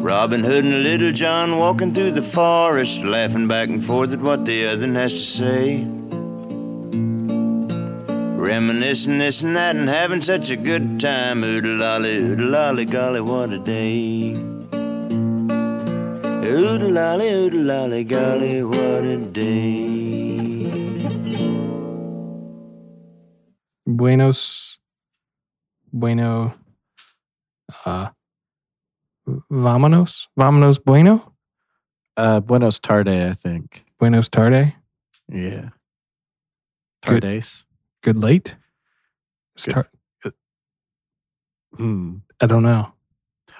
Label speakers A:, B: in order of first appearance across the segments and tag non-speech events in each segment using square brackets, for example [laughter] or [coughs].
A: Robin Hood and Little John walking through the forest, laughing back and forth at what the other has to say. Reminiscing this and that and having such a good time. Oodle lolly, oodle lolly, golly, what a day. Oodle lolly, oodle lolly, golly, what a day.
B: Buenos. Bueno. Uh, vámonos. Vámonos bueno.
C: Uh, Buenos Tarde, I think.
B: Buenos tarde.
C: Yeah.
B: Good.
C: Tardes.
B: Good late. It's
C: Good.
B: tar-
C: Hmm.
B: I don't know.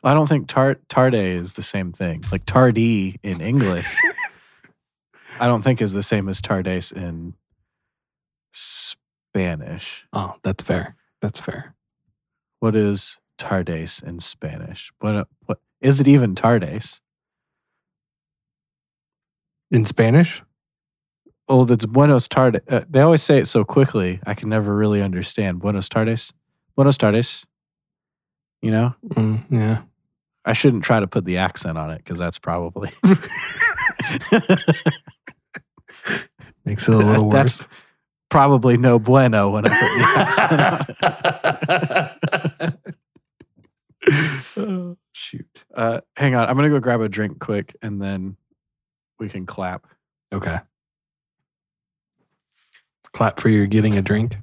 C: I don't think tar- tarde is the same thing. Like tardy in English, I don't think is the same as tardes in Spanish.
B: Oh, that's fair. That's fair.
C: What is tardes in Spanish? What what is it even tardes?
B: In Spanish?
C: Oh, that's buenos tardes. Uh, they always say it so quickly. I can never really understand buenos tardes. Buenos tardes. You know,
B: Mm, yeah.
C: I shouldn't try to put the accent on it because that's probably [laughs]
B: Makes it
C: [laughs]
B: a little
C: That's-
B: worse.
C: probably no bueno when I put the accent on.
B: [laughs] Oh, shoot.
C: Uh, hang on, I'm gonna go grab a drink quick, and then we can clap.
B: Okay. Clap for your getting a
C: [laughs]
B: drink.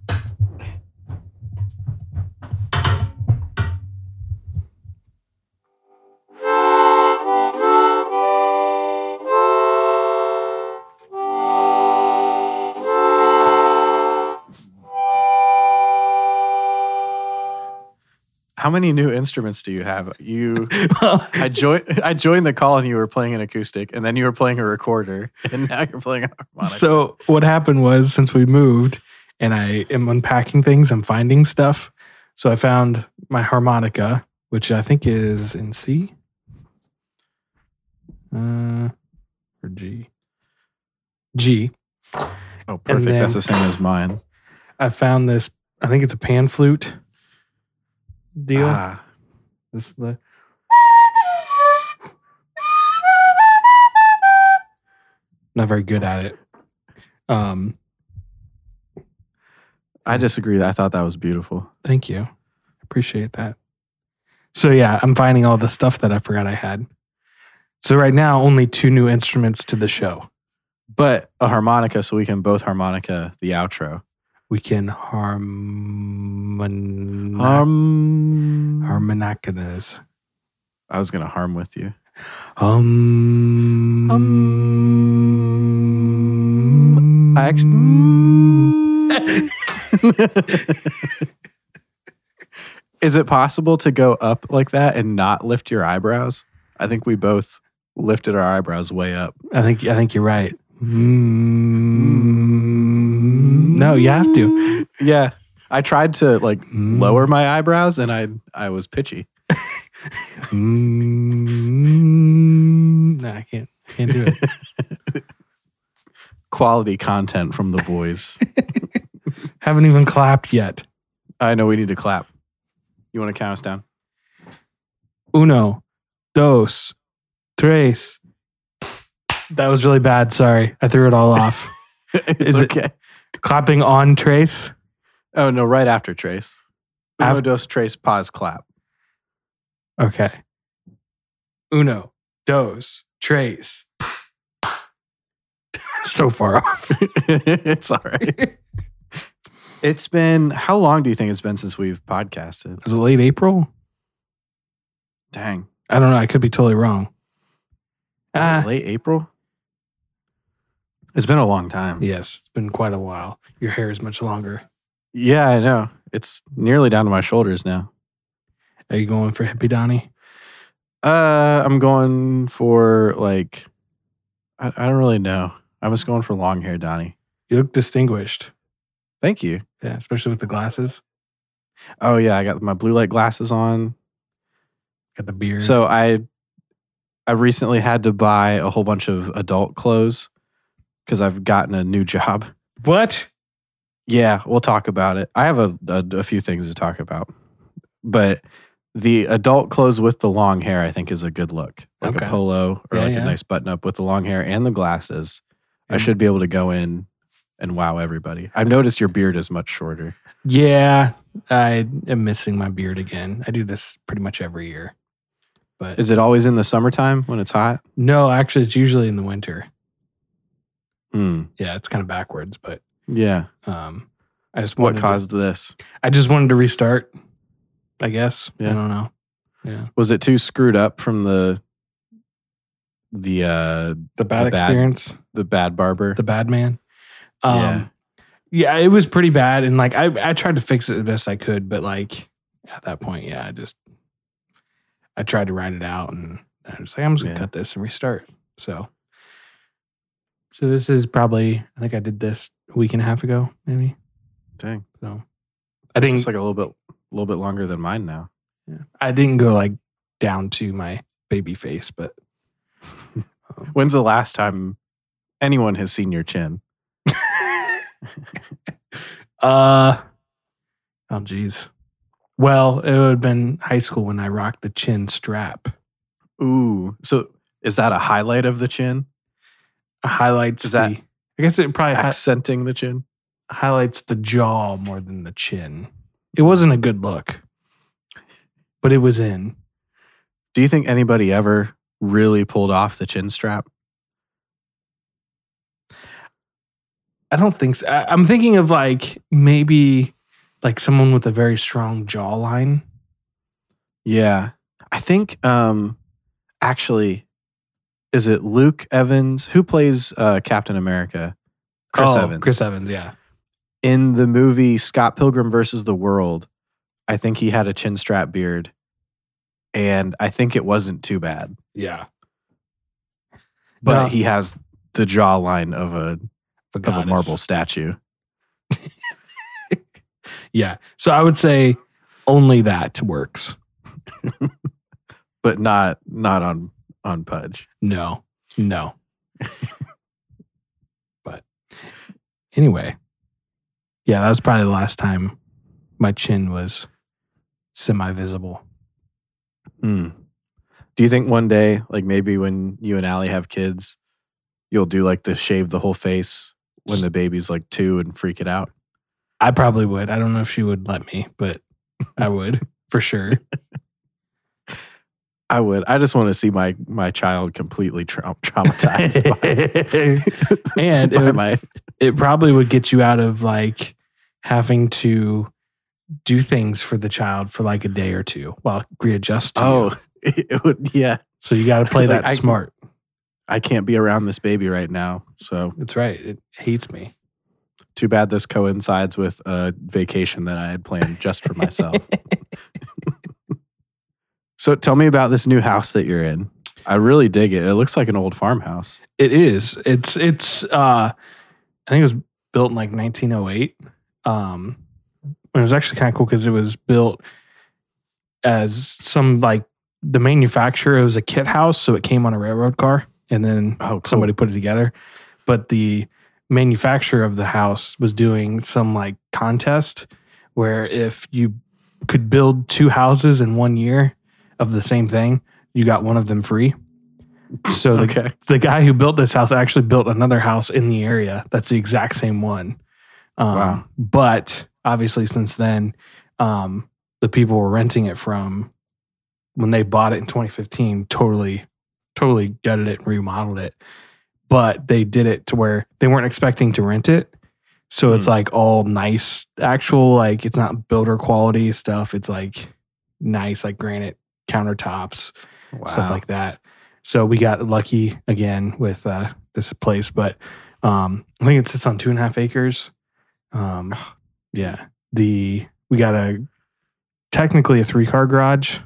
C: How many new instruments do you have? You, I joined. [laughs] I joined the call, and you were playing an acoustic, and then you were playing a recorder, [laughs] and now you're playing a harmonica.
B: So what happened was since we moved and I am unpacking things, I'm finding stuff. So I found my harmonica, which I think is in C. Uh, or G. G.
C: oh, perfect.
B: then-
C: That's the same
B: [laughs]
C: as mine.
B: I found this, I think it's a pan flute deal.
C: Ah,
B: This is the not very good at it. Um,
C: I disagree. I thought that was beautiful.
B: thank you. Appreciate that. So yeah, I'm finding all the stuff that I forgot I had. So right now, only two new instruments to the show.
C: But a harmonica, so we can both harmonica the outro.
B: We can harmon
C: Harm.
B: harmonicas.
C: I was gonna harm with you.
B: Um, um,
C: I actu- [laughs] Is it possible to go up like that and not lift your eyebrows? I think we both lifted our eyebrows way up.
B: I think I think you're right. No, you have to.
C: [laughs] Yeah. Mm. I tried to like lower my eyebrows and I I was pitchy.
B: No, I can't. I can't do it.
C: Quality content from the [laughs] boys.
B: Haven't even clapped yet.
C: I know we need to clap. You want to count us down? [laughs]
B: Uno, dos, tres. That was really bad. Sorry, I threw it all off.
C: it's
B: Is it-
C: okay.
B: Clapping on trace.
C: Oh no, right after Trace. Uno,
B: Af-
C: dos, Trace, pause, clap.
B: Okay. Uno, dos, tres. [laughs] so far off.
C: [laughs] it's all right. it's been how long do you think it's been since we've podcasted?
B: Was it late April?
C: Dang,
B: I don't know. I could be totally wrong. Ah,
C: late April. It's been a long time.
B: yes, it's been quite a while. Your hair is much longer.
C: Yeah, I know. It's nearly down to my shoulders now.
B: Are you going for hippie Donnie?
C: Uh, I'm going for like, I, I don't really know. I'm just going for long hair, Donnie.
B: You look distinguished.
C: Thank you.
B: Yeah, especially with the glasses.
C: Oh yeah, I got my blue light glasses on.
B: Got the beard.
C: So I I recently had to buy a whole bunch of adult clothes because I've gotten a new [laughs] job.
B: what?
C: Yeah, we'll talk about it. I have a, a, a few things to talk about, but The adult clothes with the long hair, I think, is a good look. Like
B: Okay.
C: a polo or
B: Yeah,
C: like
B: yeah.
C: a nice button up with the long hair and the glasses. I
B: And-
C: should be able to go in and wow everybody. I've noticed your beard is much shorter.
B: Yeah, I am missing my beard again. I do this pretty much every year. But
C: Is it always in the summertime when it's hot?
B: no, actually, it's usually in the winter.
C: Hmm.
B: Yeah, it's kind of backwards, but
C: Yeah.
B: um, I just
C: What
B: wanted to-
C: caused this?
B: I just wanted to restart. I guess I
C: Yeah.
B: don't know.
C: Was it too screwed up from the the uh
B: The bad
C: The bad-
B: experience,
C: the bad barber?
B: the bad man. Um,
C: Yeah.
B: yeah, it was pretty bad, and like I, I tried to fix it the best I could, but like at that point, yeah, I just I tried to write it out, and I was like, I'm just gonna
C: Yeah.
B: cut this and restart. So, so this is probably I think I did this a week and a half ago, maybe.
C: Dang.
B: So I
C: It's
B: didn't
C: just like a little bit a little bit longer than mine now.
B: I didn't go like down to my baby face, but
C: [laughs] When's the last time anyone has seen your chin?
B: Uh oh geez. Well, it would have been high school when I rocked the chin strap.
C: Ooh. So is that a highlight of the chin?
B: Highlights
C: Is that-
B: the I guess it probably hi-
C: Accenting the chin?
B: highlights the jaw more than the chin. It wasn't a good look. But it was in.
C: Do you think anybody ever really pulled off the chin strap?
B: I don't think so. I, I'm thinking of like maybe like someone with a very strong jawline.
C: Yeah. I think um actually is it Luke Evans who plays uh, Captain America? Chris
B: Oh,
C: Evans.
B: Chris Evans, yeah.
C: In the movie Scott Pilgrim versus the World, I think he had a chin strap beard and I think it wasn't too bad.
B: Yeah.
C: But
B: No.
C: he has the jawline of a
B: But
C: of a marble statue.
B: Yeah. So I would say only that works.
C: but not not on on Pudge.
B: No, no. but anyway, yeah, that was probably the last time my chin was semi visible.
C: Hmm. Do you think one day, like maybe when you and Allie have kids, you'll do like the shave the whole face when the baby's like two and freak it out?
B: I probably would. I don't know if she would let me, but I would [laughs] for sure.
C: I would. I just want to see my my child completely trau- [laughs] traumatized [laughs] by,
B: And it
C: by
B: would-
C: my
B: it probably would get you out of like having to do things for the child for like a day or two while readjust. To you.
C: [laughs] [laughs] oh it would yeah.
B: so you got to [laughs] play
C: Like,
B: that
C: I-
B: smart.
C: I can't be around this baby right now, so
B: That's right. It hates me.
C: too bad this coincides with a vacation that I had planned just for myself. so tell me about this new house that you're in. I really dig it. It looks like an old farmhouse.
B: It is. It's it's uh I think it was built in like 1908. Um and it was actually kind of cool cuz it was built as some like the manufacturer it was a kit house so it came on a railroad car and then
C: Oh, cool.
B: somebody put it together. But the manufacturer of the house was doing some like contest where if you could build two houses in one year of the same thing, you got one of them free. So the
C: Okay.
B: the guy who built this house actually built another house in the area that's the exact same one. Um,
C: Wow.
B: But obviously, since then, um, the people we're renting it from, when they bought it in 2015, totally, totally gutted it and remodeled it. But they did it to where they weren't expecting to rent it. So it's
C: Hmm.
B: like all nice, actual, like it's not builder quality stuff. It's like nice, like granite countertops,
C: Wow.
B: stuff like that. So we got lucky again with uh, this place, but um, I think it sits on two and a half acres. Um, yeah, the we got a technically a three car garage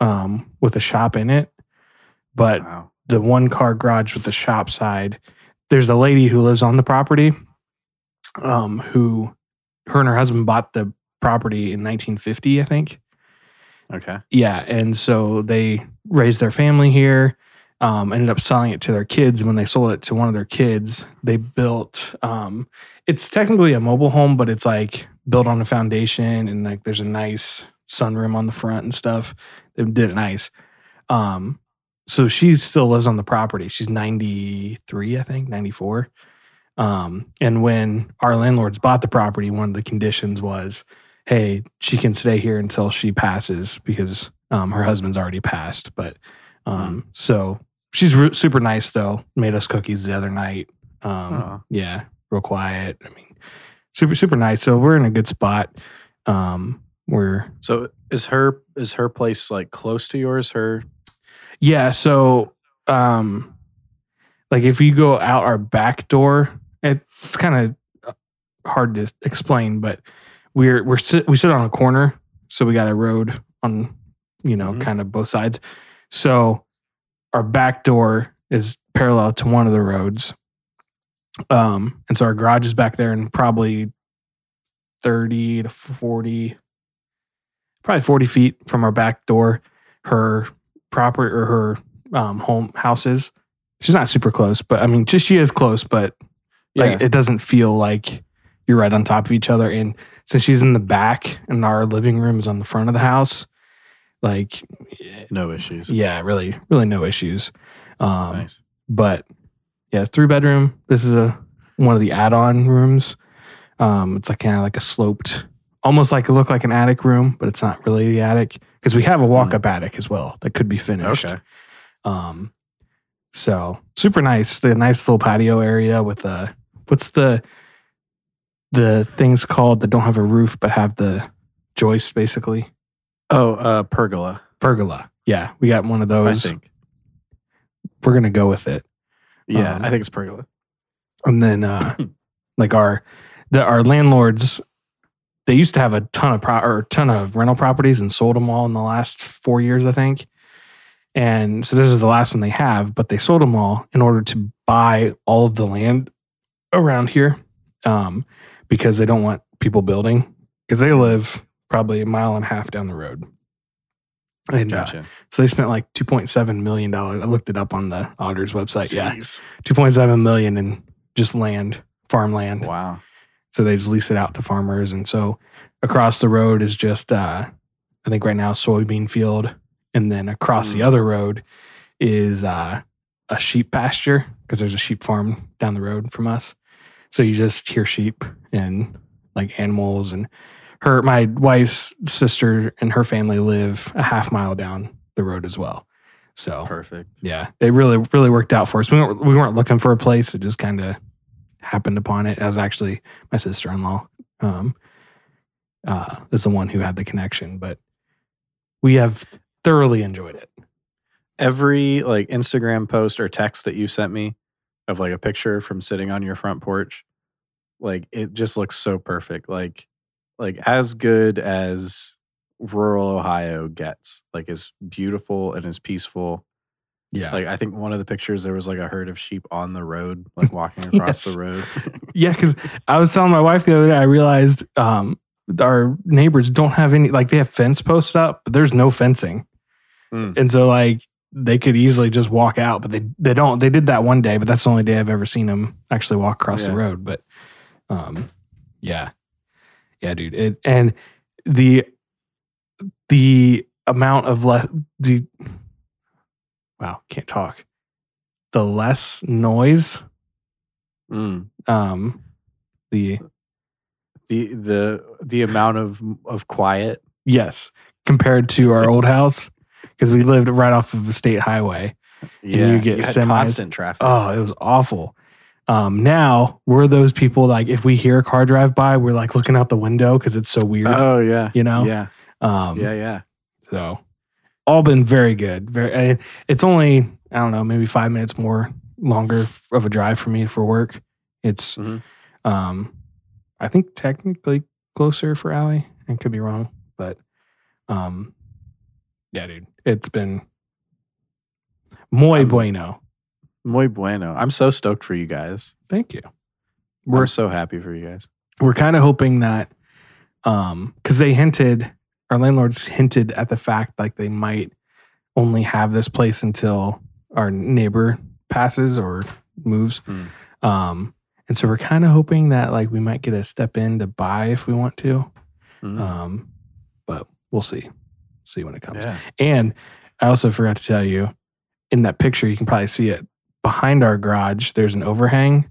B: um, with a shop in it, but
C: Wow.
B: the one car garage with the shop side. There's a lady who lives on the property, um, who her and her husband bought the property in 1950, I think.
C: Okay.
B: Yeah, and so they raised their family here. Um, ended up selling it to their kids. When they sold it to one of their kids, they built. Um, it's technically a mobile home, but it's like built on a foundation, and like there's a nice sunroom on the front and stuff. They did it nice. Um, so she still lives on the property. She's 93, I think, 94. Um, and when our landlords bought the property, one of the conditions was, hey, she can stay here until she passes because um, her husband's already passed. But um, so she's re- super nice though. Made us cookies the other night. Um,
C: Aw.
B: Yeah, real quiet. I mean, super super nice. So we're in a good spot. Um, we're
C: So is her is her place like close to yours? Her
B: Yeah, so um like if you go out our back door, it, it's kind of hard to explain, but we're we're sit, we sit on a corner, so we got a road on you know,
C: Mhm.
B: kind of both sides. So our back door is parallel to one of the roads. Um and so our garage is back there and probably 30 to 40 probably 40 feet from our back door her property or her um, home houses. She's not super close, but I mean, just she is close, but like it doesn't feel like you're right on top of each other. And since she's in the back and our living room is on the front of the house, like
C: no issues.
B: yeah, really, really no issues. Um,
C: nice.
B: but yeah, it's three bedroom. This is a one of the add-on rooms. Um, it's like kind of like a sloped, almost like it looked like an attic room, but it's not really the attic because we have a walk-up attic as well that could be finished.
C: Hmm. Okay.
B: Um, so super nice. The nice little patio area with the what's the the things called that don't have a roof but have the joist basically
C: Oh, uh, pergola.
B: pergola. Yeah, we got one of
C: I
B: those.
C: think.
B: We're gonna go with it.
C: Yeah,
B: Um,
C: I think it's pergola.
B: and then uh like our the our landlords they used to have a ton of pro or ton of rental properties and sold them all in the last four years i think and so this is the last one they have but they sold them all in order to buy all of the land around here um because they don't want people building because they live probably a mile and a half down the road and uh,
C: Gotcha.
B: so they spent like 2.7 million dollars i looked it up on the auditor's website yeah
C: Jeez.
B: 2.7 million in just land, farmland.
C: Wow.
B: So they just lease it out to farmers. And so across the road is just, uh, I think right now, soybean field. And then across the
C: Mm.
B: other road is uh, a sheep pasture because there's a sheep farm down the road from us. So you just hear sheep and like animals. And her, my wife's sister and her family live a half mile down the road as well. So
C: Perfect.
B: yeah, it really really worked out for us. We weren't we weren't looking for a place; it just kind of happened upon it. I was actually my sister in law um, uh, is the one who had the connection, but we have thoroughly enjoyed it.
C: Every like Instagram post or text that you sent me of like a picture from sitting on your front porch, like it just looks so perfect. Like like as good as rural Ohio gets. Like as beautiful and as peaceful.
B: Yeah,
C: Like I think one of the pictures there was like a herd of sheep on
B: [laughs]
C: the road, like walking
B: Yes.
C: across the road.
B: yeah. Because I was telling my wife the other day, I realized um, our neighbors don't have any like they have fence posts up, but there's no fencing.
C: Mm.
B: And so like they could easily just walk out, but they they don't. They did that one day, but that's the only day I've ever seen them actually walk across the
C: Yeah.
B: road. But um yeah. Yeah, dude. It and the the amount of less the wow, can't talk. The less noise
C: Mm.
B: um the
C: The the the amount of of quiet.
B: yes compared to our old house because we lived right off of a state highway. you get
C: had
B: semis.
C: constant traffic.
B: Oh, it was awful. Um, now we're those people like if we hear a car drive by, we're like looking out the window because it's so weird,
C: Oh yeah.
B: you know.
C: Yeah.
B: Um,
C: yeah, yeah.
B: So all been very good. Very. and It's only I don't know maybe five minutes more longer f- of a drive for me for work. It's,
C: Mhm.
B: um, I think technically closer for Allie. I could be wrong, but um, yeah, dude, it's been muy
C: I'm-
B: bueno.
C: Muy bueno. I'm so stoked for you guys.
B: Thank you.
C: We're
B: We're-
C: so happy for you guys.
B: we're kind of hoping that um because they hinted our landlords hinted at the fact like they might only have this place until our neighbor passes or moves
C: Hmm.
B: um and so we're kind of Mm-hmm.
C: Hmm.
B: hoping that like we might get a step in to buy if we want to
C: Mm.
B: um but we'll see. See when it comes.
C: Yeah.
B: And I also forgot to tell you in that picture, you can probably see it behind our garage. There's an overhang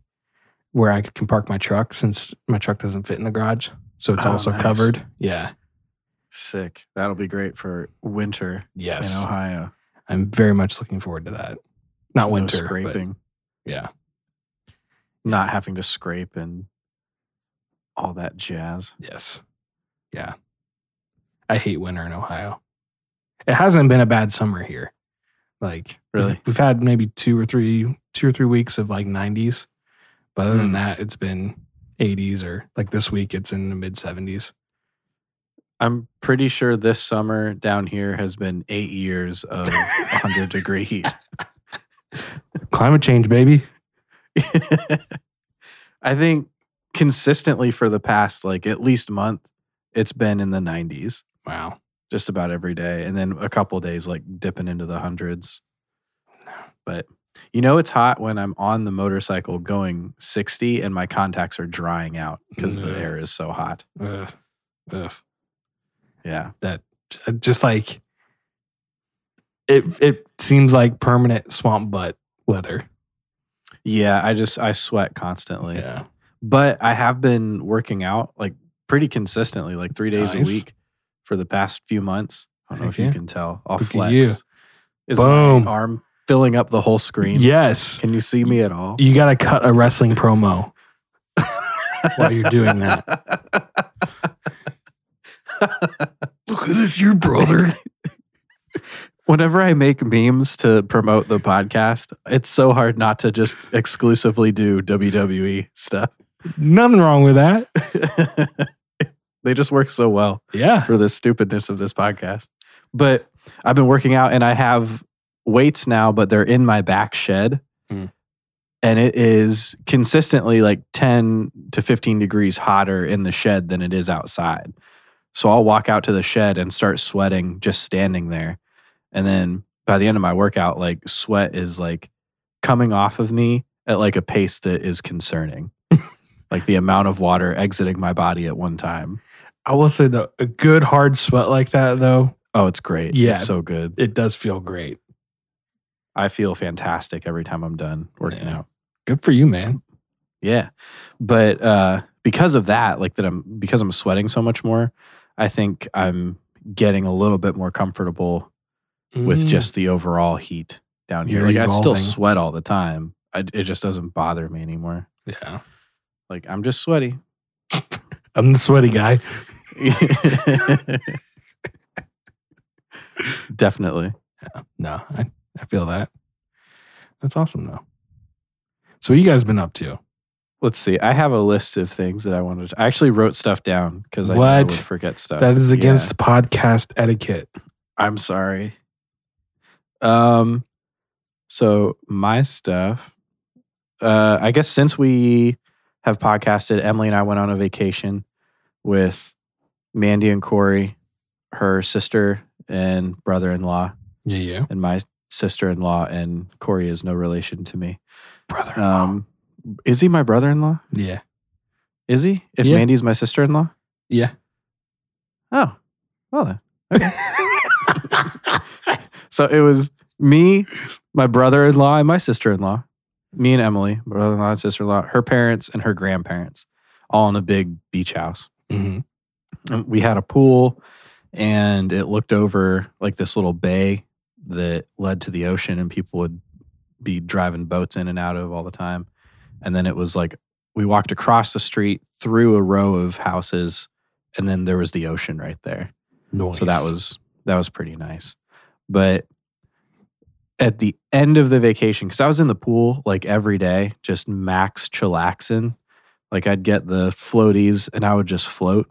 B: where I can park my truck since my truck doesn't fit in the garage. So it's
C: Oh,
B: also
C: nice.
B: covered. Yeah.
C: Sick. That'll be great for winter
B: Yes.
C: in Ohio.
B: I'm very much looking forward to that. Not
C: No
B: winter. but
C: scraping.
B: yeah.
C: Not having to scrape and all that jazz.
B: Yes. Yeah. I hate winter in Ohio. It hasn't been a bad summer here. Like we've-
C: Really?
B: we've, had maybe two or three two or three weeks of like 90s. But other than
C: Hmm.
B: that, it's been 80s or like this week it's in the mid 70s.
C: I'm pretty sure this summer down here has been eight years
B: [laughs]
C: of 100 degree heat. [laughs]
B: Climate change, baby.
C: I think consistently for the past like at least month, it's been in the 90s
B: Wow.
C: just about every day, and then a couple days like dipping into the hundreds. But you know it's hot when I'm on the motorcycle going 60 and my contacts are drying out because
B: Yeah.
C: the air is so hot.
B: Ugh. Ugh.
C: Yeah,
B: J- Just like it it seems like permanent swamp butt weather.
C: yeah. I just I sweat constantly.
B: Yeah.
C: but I have been working out like pretty consistently, like three days
B: Nice.
C: a week for the past few months. I don't know
B: Heck
C: if you
B: yeah.
C: can tell. I'll
B: Look at
C: flex.
B: you.
C: Is
B: Boom.
C: my arm filling up the whole screen?
B: Yes.
C: Can you see me at all?
B: You gotta cut a wrestling promo [laughs] while you're doing that.
C: [laughs]
B: Look at this, your brother.
C: [laughs] Whenever I make memes to promote the podcast, it's so hard not to just exclusively do WWE stuff.
B: [laughs]
C: [laughs]
B: Nothing wrong with that.
C: they just work so well.
B: Yeah.
C: for the stupidness of this podcast. But I've been working out and I have weights now, but they're in my back shed.
B: Mm.
C: And it is consistently like 10 to 15 degrees hotter in the shed than it is outside. So I'll walk out to the shed and start sweating just standing there. And then by the end of my workout, like sweat is like coming off of me at like a pace that is concerning. like the amount of water exiting my body at one time.
B: I will say though, a good hard sweat like that though,
C: Oh, it's great.
B: Yeah.
C: It's so good.
B: it does feel great.
C: I feel fantastic every time I'm done working
B: Yeah.
C: out.
B: Good for you, man.
C: Yeah. But uh because of that, like that I'm because I'm sweating so much more, I think I'm getting a little bit more comfortable
B: Mm.
C: with just the overall heat down here.
B: You're
C: like I still
B: evolving.
C: sweat all the time. I, it just doesn't bother me anymore.
B: yeah.
C: Like I'm just sweaty.
B: [laughs]
C: [laughs]
B: I'm the sweaty guy.
C: Definitely.
B: No, I, I feel that. That's awesome though. So what you guys been up to?
C: Let's see. I have a list of things that I wanted to I actually wrote stuff down because I, knew I
B: What?
C: would forget stuff.
B: That is
C: Yeah.
B: against podcast etiquette.
C: I'm sorry. Um, so my stuff. Uh, I guess since we have podcasted, Emily and I went on a vacation with Mandy and Corey, her sister and brother-in-law,
B: Yeah, yeah.
C: and my sister-in-law. And Corey is no relation to me.
B: Brother.
C: Um, is he my brother-in-law?
B: yeah.
C: Is he? If
B: Yeah.
C: Mandy's my sister-in-law?
B: Yeah.
C: Oh, well then. [laughs] So it was me, my brother in law, and my sister in law. Me and Emily, brother in law and sister in law, her parents and her grandparents, all in a big beach house.
B: Mhm.
C: And Um, we had a pool and it looked over like this little bay that led to the ocean, and people would be driving boats in and out of all the time. And then it was like we walked across the street through a row of houses, and then there was the ocean right there. So that
B: Nice.
C: was that was pretty nice. But at the end of the vacation, because I was in the pool like every day, just max chillaxing. Like I'd get the floaties and I would just float.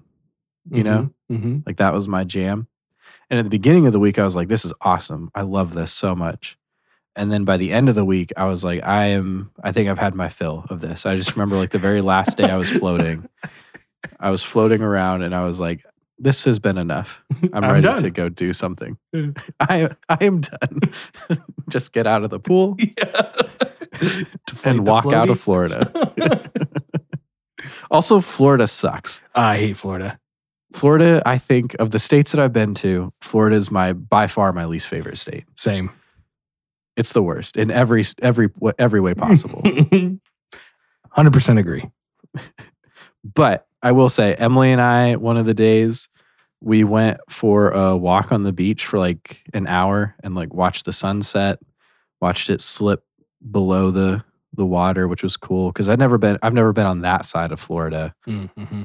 C: you know?
B: Mhm. Mhm.
C: Like that was my jam. And at the beginning of the week, I was like, this is awesome. I love this so much. And then by the end of the week, I was like, I am, I think I've had my fill of this. I just remember like the very last day I was floating, I was floating around and I was like, this has
B: [laughs]
C: been enough. I'm,
B: I'm
C: ready
B: done.
C: to go do something.
B: Yeah.
C: [laughs] I I am done. [laughs] Just get out of
B: [laughs]
C: the pool
B: Mm-hmm.
C: and walk out of Florida.
B: Florida.
C: Also, Florida sucks.
B: [laughs] I hate Florida.
C: Florida, I think of the states that I've been to, Florida is my by far my least favorite state.
B: Same.
C: It's the worst in every every every
B: [laughs]
C: way possible.
B: 100% agree.
C: But I will say, Emily and I, one of the days, we went for a walk on the beach for like an hour and like watched the sunset, watched it slip below the the water, which was cool because I'd never been I've never been on that side of Florida.
B: Mm-hmm.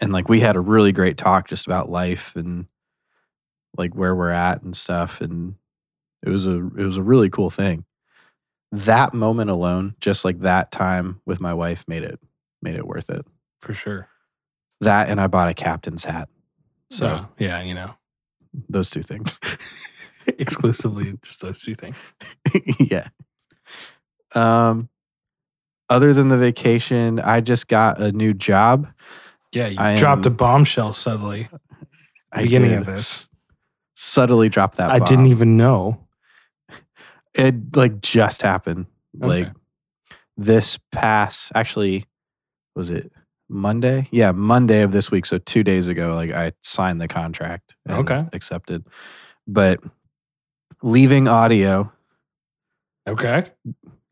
C: And like we had a really great talk just about life and like where we're at and stuff. And it was a it was a really cool thing. That moment alone, just like that time with my wife made it made it worth it
B: For sure.
C: that and I bought a captain's hat. So
B: So, yeah, you know,
C: those two things.
B: [laughs]
C: [laughs]
B: exclusively just those two things.
C: yeah. Um other than the vacation, I just got a new job.
B: Yeah, you
C: I am-
B: dropped a bombshell suddenly.
C: I
B: Beginning
C: did
B: of this.
C: Subtly dropped that.
B: I
C: bomb.
B: didn't even know.
C: it like just happened. Like
B: Okay.
C: this past actually was it Monday? Yeah, Monday of this week. So two days ago, like I signed the contract. and
B: Okay.
C: Accepted. But leaving audio,
B: Okay.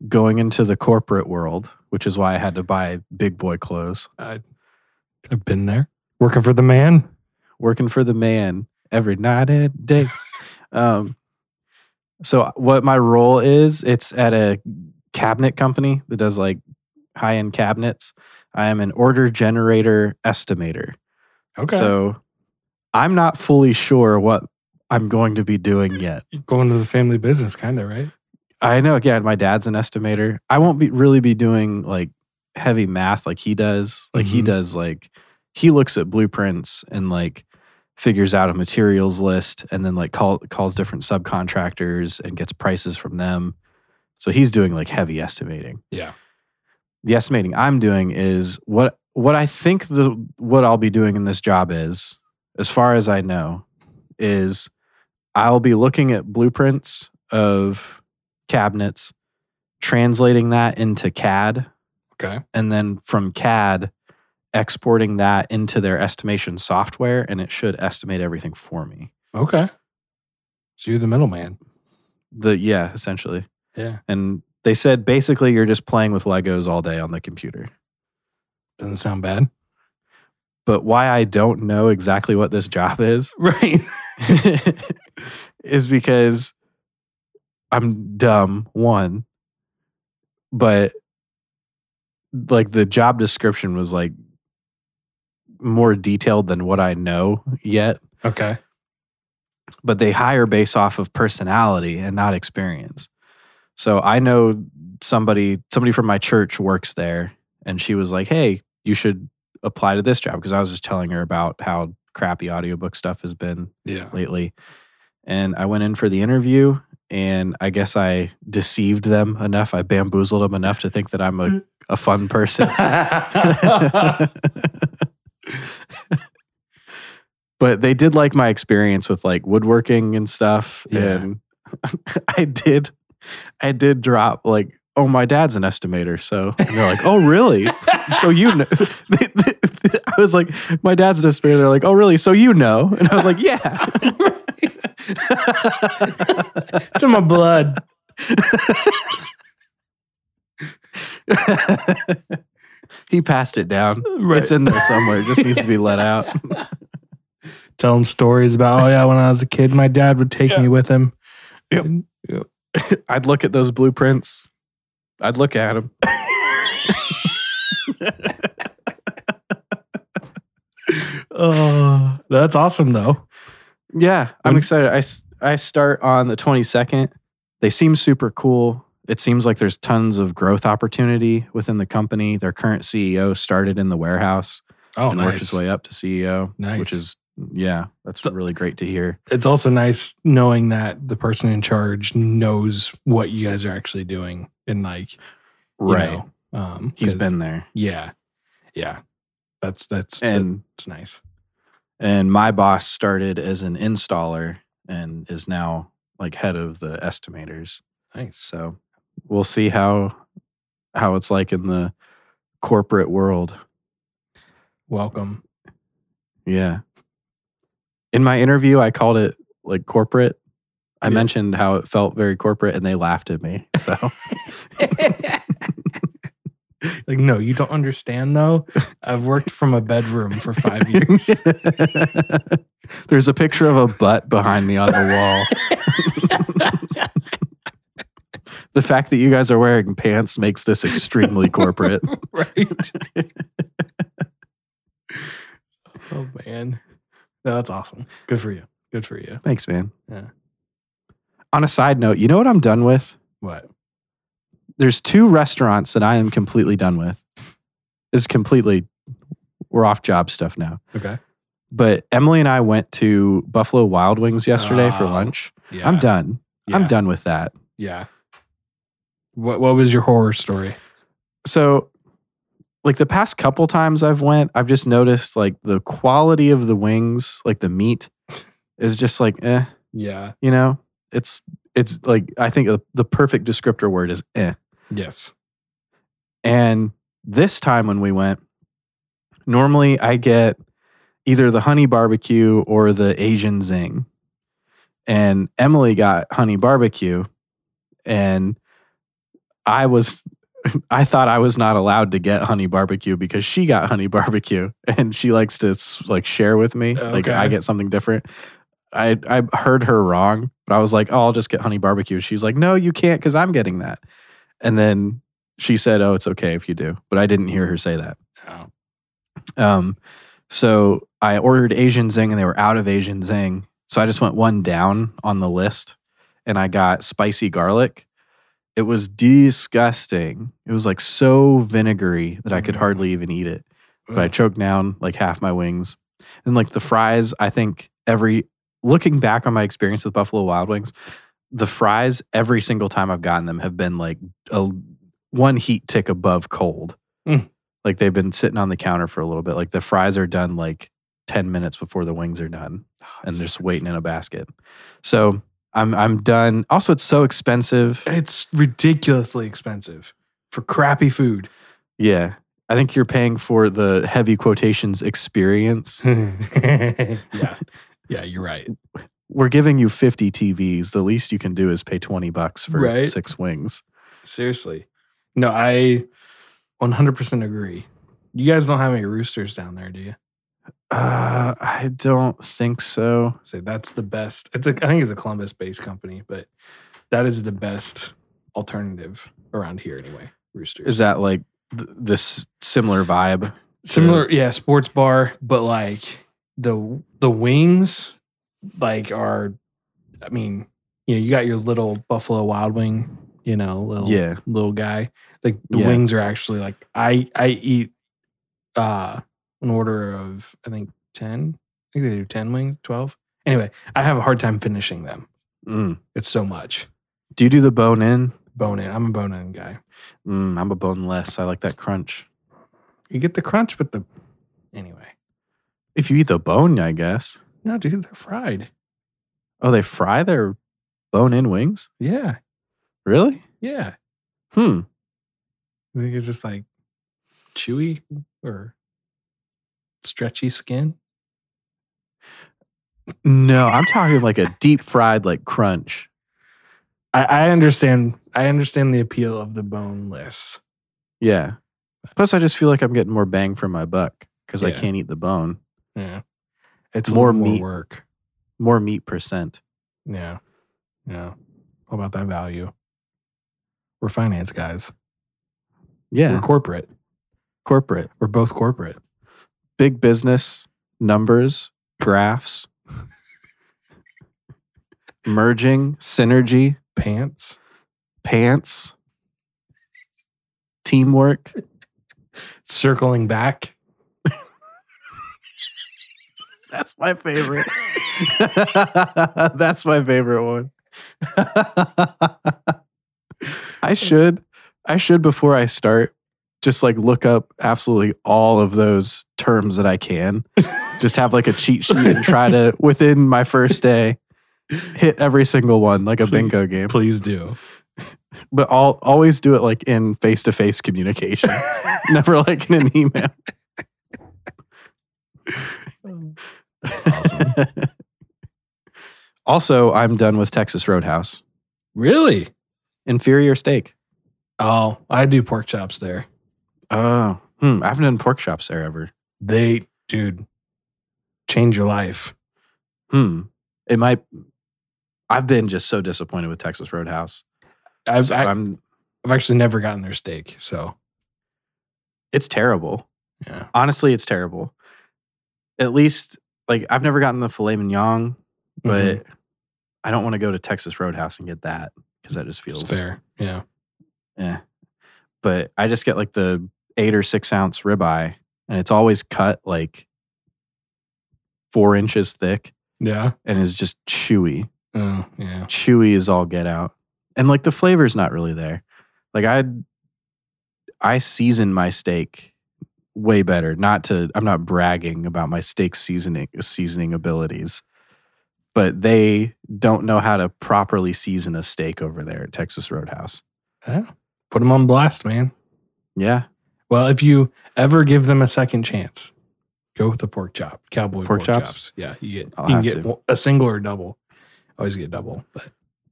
C: going into the corporate world, which is why I had to buy big boy clothes.
B: I've been there working for the man.
C: Working for the man every night and day. um, so uh, what my role is, it's at a cabinet company that does like high-end cabinets. I am an order generator estimator. So I'm not fully sure what I'm going to be doing yet.
B: going to the family business, kind of, right?
C: I know. Yeah, my dad's an estimator. I won't be really be doing like heavy math like he does. Like he
B: Mhm.
C: does like he looks at blueprints and like figures out a materials list and then like call, calls different subcontractors and gets prices from them. So he's doing like heavy estimating.
B: Yeah.
C: The estimating I'm doing is what what I think the what I'll be doing in this job is, as far as I know, is I'll be looking at blueprints of cabinets, translating that into CAD,
B: Okay.
C: and then from CAD, exporting that into their estimation software, and it should estimate everything for me.
B: Okay. So you're the middleman.
C: The yeah, essentially.
B: Yeah.
C: And they said basically you're just playing with Legos all day on the computer.
B: Doesn't sound bad.
C: But why I don't know exactly what this job is
B: Right.
C: [laughs] is because I'm dumb, one, but like the job description was like more detailed than what I know yet.
B: Okay.
C: But they hire based off of personality and not experience. So I know somebody, somebody from my church works there, and she was like, Hey, you should apply to this job. Cause I was just telling her about how crappy audiobook stuff has been
B: [laughs] Yeah.
C: lately. And I went in for the interview, and I guess I deceived them enough. I bamboozled them enough to think that I'm a, a fun person. [laughs] but they did like my experience with like woodworking and stuff.
B: Yeah.
C: And [laughs] I did, I did drop like, oh, my dad's an estimator. So and they're like, oh, really? so you know. [laughs] I was like, my dad's an estimator. They're like, oh, really? So you know? And I was like, yeah. [laughs]
B: it's in my blood.
C: he passed it down.
B: Right.
C: It's in there somewhere. It just needs to be let out.
B: Tell them stories about, oh, yeah, when I was a kid, my dad would take me with him.
C: Yep. I'd look at those blueprints. I'd look at them.
B: Oh, that's awesome, though.
C: Yeah, I'm
B: When-
C: excited. I, s- I start on the 22nd. They seem super cool. It seems like there's tons of growth opportunity within the company. Their current CEO started in the warehouse
B: Oh,
C: and worked his way up to CEO,
B: Nice.
C: which is, yeah, that's
B: So-
C: really great to hear.
B: It's also nice knowing that the person in charge knows what you guys are actually doing and, like, you know, um,
C: He's
B: 'cause-
C: been there.
B: Yeah. Yeah. That's, that's, and
C: And
B: that's nice.
C: and my boss started as an installer and is now like head of the estimators.
B: Nice.
C: So we'll see how how it's like in the corporate world.
B: Welcome.
C: Yeah. in my interview, I called it like corporate. I
B: Yeah.
C: mentioned how it felt very corporate, and they laughed at me.
B: [laughs]
C: So
B: Like, no, you don't understand [laughs] though. I've worked from a bedroom for [laughs] five years.
C: [laughs] there's a picture of a butt behind me on the wall. [laughs] the fact that you guys are wearing pants makes this
B: [laughs]
C: extremely corporate.
B: right? oh man, no, that's awesome. Good for you. Good for you.
C: Thanks, man.
B: Yeah.
C: On a side note, you know what I'm done with?
B: What?
C: There's two restaurants that I am completely done with. This is completely we're off job stuff now.
B: Okay.
C: But Emily and I went to Buffalo Wild Wings yesterday for
B: Oh,
C: lunch.
B: Yeah.
C: I'm done. I'm
B: Yeah.
C: done with that.
B: Yeah. What What was your horror story?
C: so like the past couple times I've went, I've just noticed like the quality of the wings, like the meat [laughs] is just like eh,
B: Yeah.
C: you know? It's it's like I think the, the perfect descriptor word is eh.
B: Yes.
C: And this time when we went, normally I get either the honey barbecue or the Asian zing. And Emily got honey barbecue and I was [laughs] I thought I was not allowed to get honey barbecue because she got honey barbecue [laughs] and she likes to s- like share with me like
B: Okay.
C: I get something different. I I heard her wrong, but I was like, "Oh, I'll just get honey barbecue." She's like, "No, you can't cuz I'm getting that." And then she said, "Oh, it's okay if you do," but I didn't hear her say that.
B: Oh.
C: Um, so I ordered Asian Zing, and they were out of Asian Zing, so I just went one down on the list, and I got spicy garlic. It was disgusting. It was like so vinegary that I could
B: Mm.
C: hardly even eat it. But I choked down like half my wings, and like the fries. I think every looking back on my experience with Buffalo Wild Wings, the fries every single time I've gotten them have been like a one heat tick above cold.
B: Mm.
C: Like they've been sitting on the counter for a little bit. Like the fries are done like 10 minutes before the wings are done and they're just waiting in a basket. So I'm I'm done. Also, it's
B: [laughs]
C: so expensive.
B: It's ridiculously expensive for crappy food.
C: Yeah. I think you're paying for the heavy quotations experience.
B: [laughs] yeah. Yeah, you're right.
C: We're giving you 50 TVs. The least you can do is pay 20 bucks for
B: Right.
C: six wings.
B: Seriously. No, I 100% agree. You guys don't have any roosters down there, do you?
C: Uh, I don't think so.
B: say that's the best. It's a, I think it's a Columbus based company, but that is the best alternative around here anyway. Roosters
C: Is that like th- this similar vibe?
B: similar, yeah, sports bar, but like the the wings, like are, I mean, you know, you got your little Buffalo Wild Wing, you know, little
C: Yeah.
B: little guy. Like the
C: Yeah.
B: wings are actually like I I eat uh an order of I think ten. I think they do ten wings, twelve. Anyway, I have a hard time finishing them.
C: Mm.
B: It's so much.
C: Do you do the bone in?
B: Bone in. I'm a bone in guy.
C: Mm, I'm a boneless. I like that crunch.
B: You get the crunch, but the anyway.
C: If you eat the bone, I guess.
B: No, dude, they're fried.
C: Oh, they fry their bone in wings?
B: Yeah,
C: Really?
B: yeah.
C: Hmm.
B: I think it's just like chewy or stretchy skin.
C: No, I'm talking like a deep fried like crunch.
B: I, I understand. I understand the appeal of the boneless.
C: Yeah. Plus, I just feel like I'm getting more bang for my buck because I
B: Yeah.
C: can't eat the bone.
B: Yeah, it's
C: More
B: more more
C: meat.
B: work.
C: More meat percent.
B: Yeah, yeah. How about that value? We're finance guys.
C: Yeah.
B: We're corporate.
C: Corporate,
B: We're both corporate.
C: big business, numbers, graphs, merging, synergy,
B: Pants.
C: pants, teamwork.
B: Circling back.
C: [laughs] That's my favorite. That's my favorite one. [laughs] I should, I should before I start, just like look up absolutely all of those terms that I can. Just have like a cheat sheet and try to within my first day hit every single one like a
B: Please.
C: bingo game.
B: Please do.
C: But I'll always do it like in face to
B: [laughs]
C: face communication, never like in an email.
B: Oh, Awesome.
C: Also, I'm done with Texas Roadhouse.
B: Really?
C: Inferior steak.
B: Oh, I do pork chops there.
C: Oh, hmm, I haven't done pork chops there ever.
B: They, dude, change your life.
C: Hmm. It might. I've been just so disappointed with Texas Roadhouse.
B: I've
C: So
B: I,
C: I'm.
B: I've actually never gotten their steak, so
C: It's terrible.
B: yeah.
C: Honestly, it's terrible. At least, like I've never gotten the filet mignon, but
B: Mhm.
C: I don't want to go to Texas Roadhouse and get that because that just feels
B: it's fair. Yeah,
C: Yeah. But I just get like the eight or six ounce ribeye, and it's always cut like four inches thick
B: yeah,
C: and is just chewy.
B: oh, yeah.
C: Chewy is all get out. And like the flavor's not really there. Like I I season my steak way better. Not to I'm not bragging about my steak seasoning seasoning abilities. But they don't know how to properly season a steak over there at Texas Roadhouse.
B: Yeah. Put them on blast, man.
C: Yeah.
B: Well, if you ever give them a second chance, go with the pork chop, cowboy pork,
C: Pork chops?
B: chops. Yeah, you get
C: I'll
B: you can
C: have
B: get
C: to.
B: a single or double. Always get double, but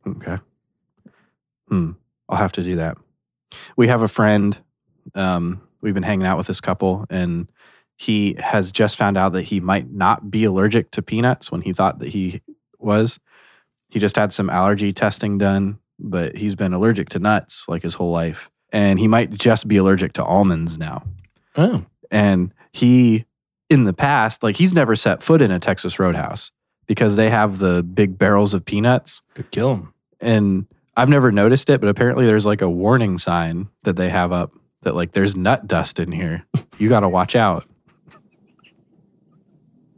C: Okay. Hmm. I'll have to do that. We have a friend. Um, we've been hanging out with this couple, and he has just found out that he might not be allergic to peanuts when he thought that he was. He just had some allergy testing done, but he's been allergic to nuts like his whole life. And he might just be allergic to almonds now.
B: oh,
C: And he, in the past, like he's never set foot in a Texas roadhouse because they have the big barrels of peanuts
B: could kill them.
C: and I've never noticed it, but apparently there's like a warning sign that they have up that like there's nut dust in here. You got to watch out.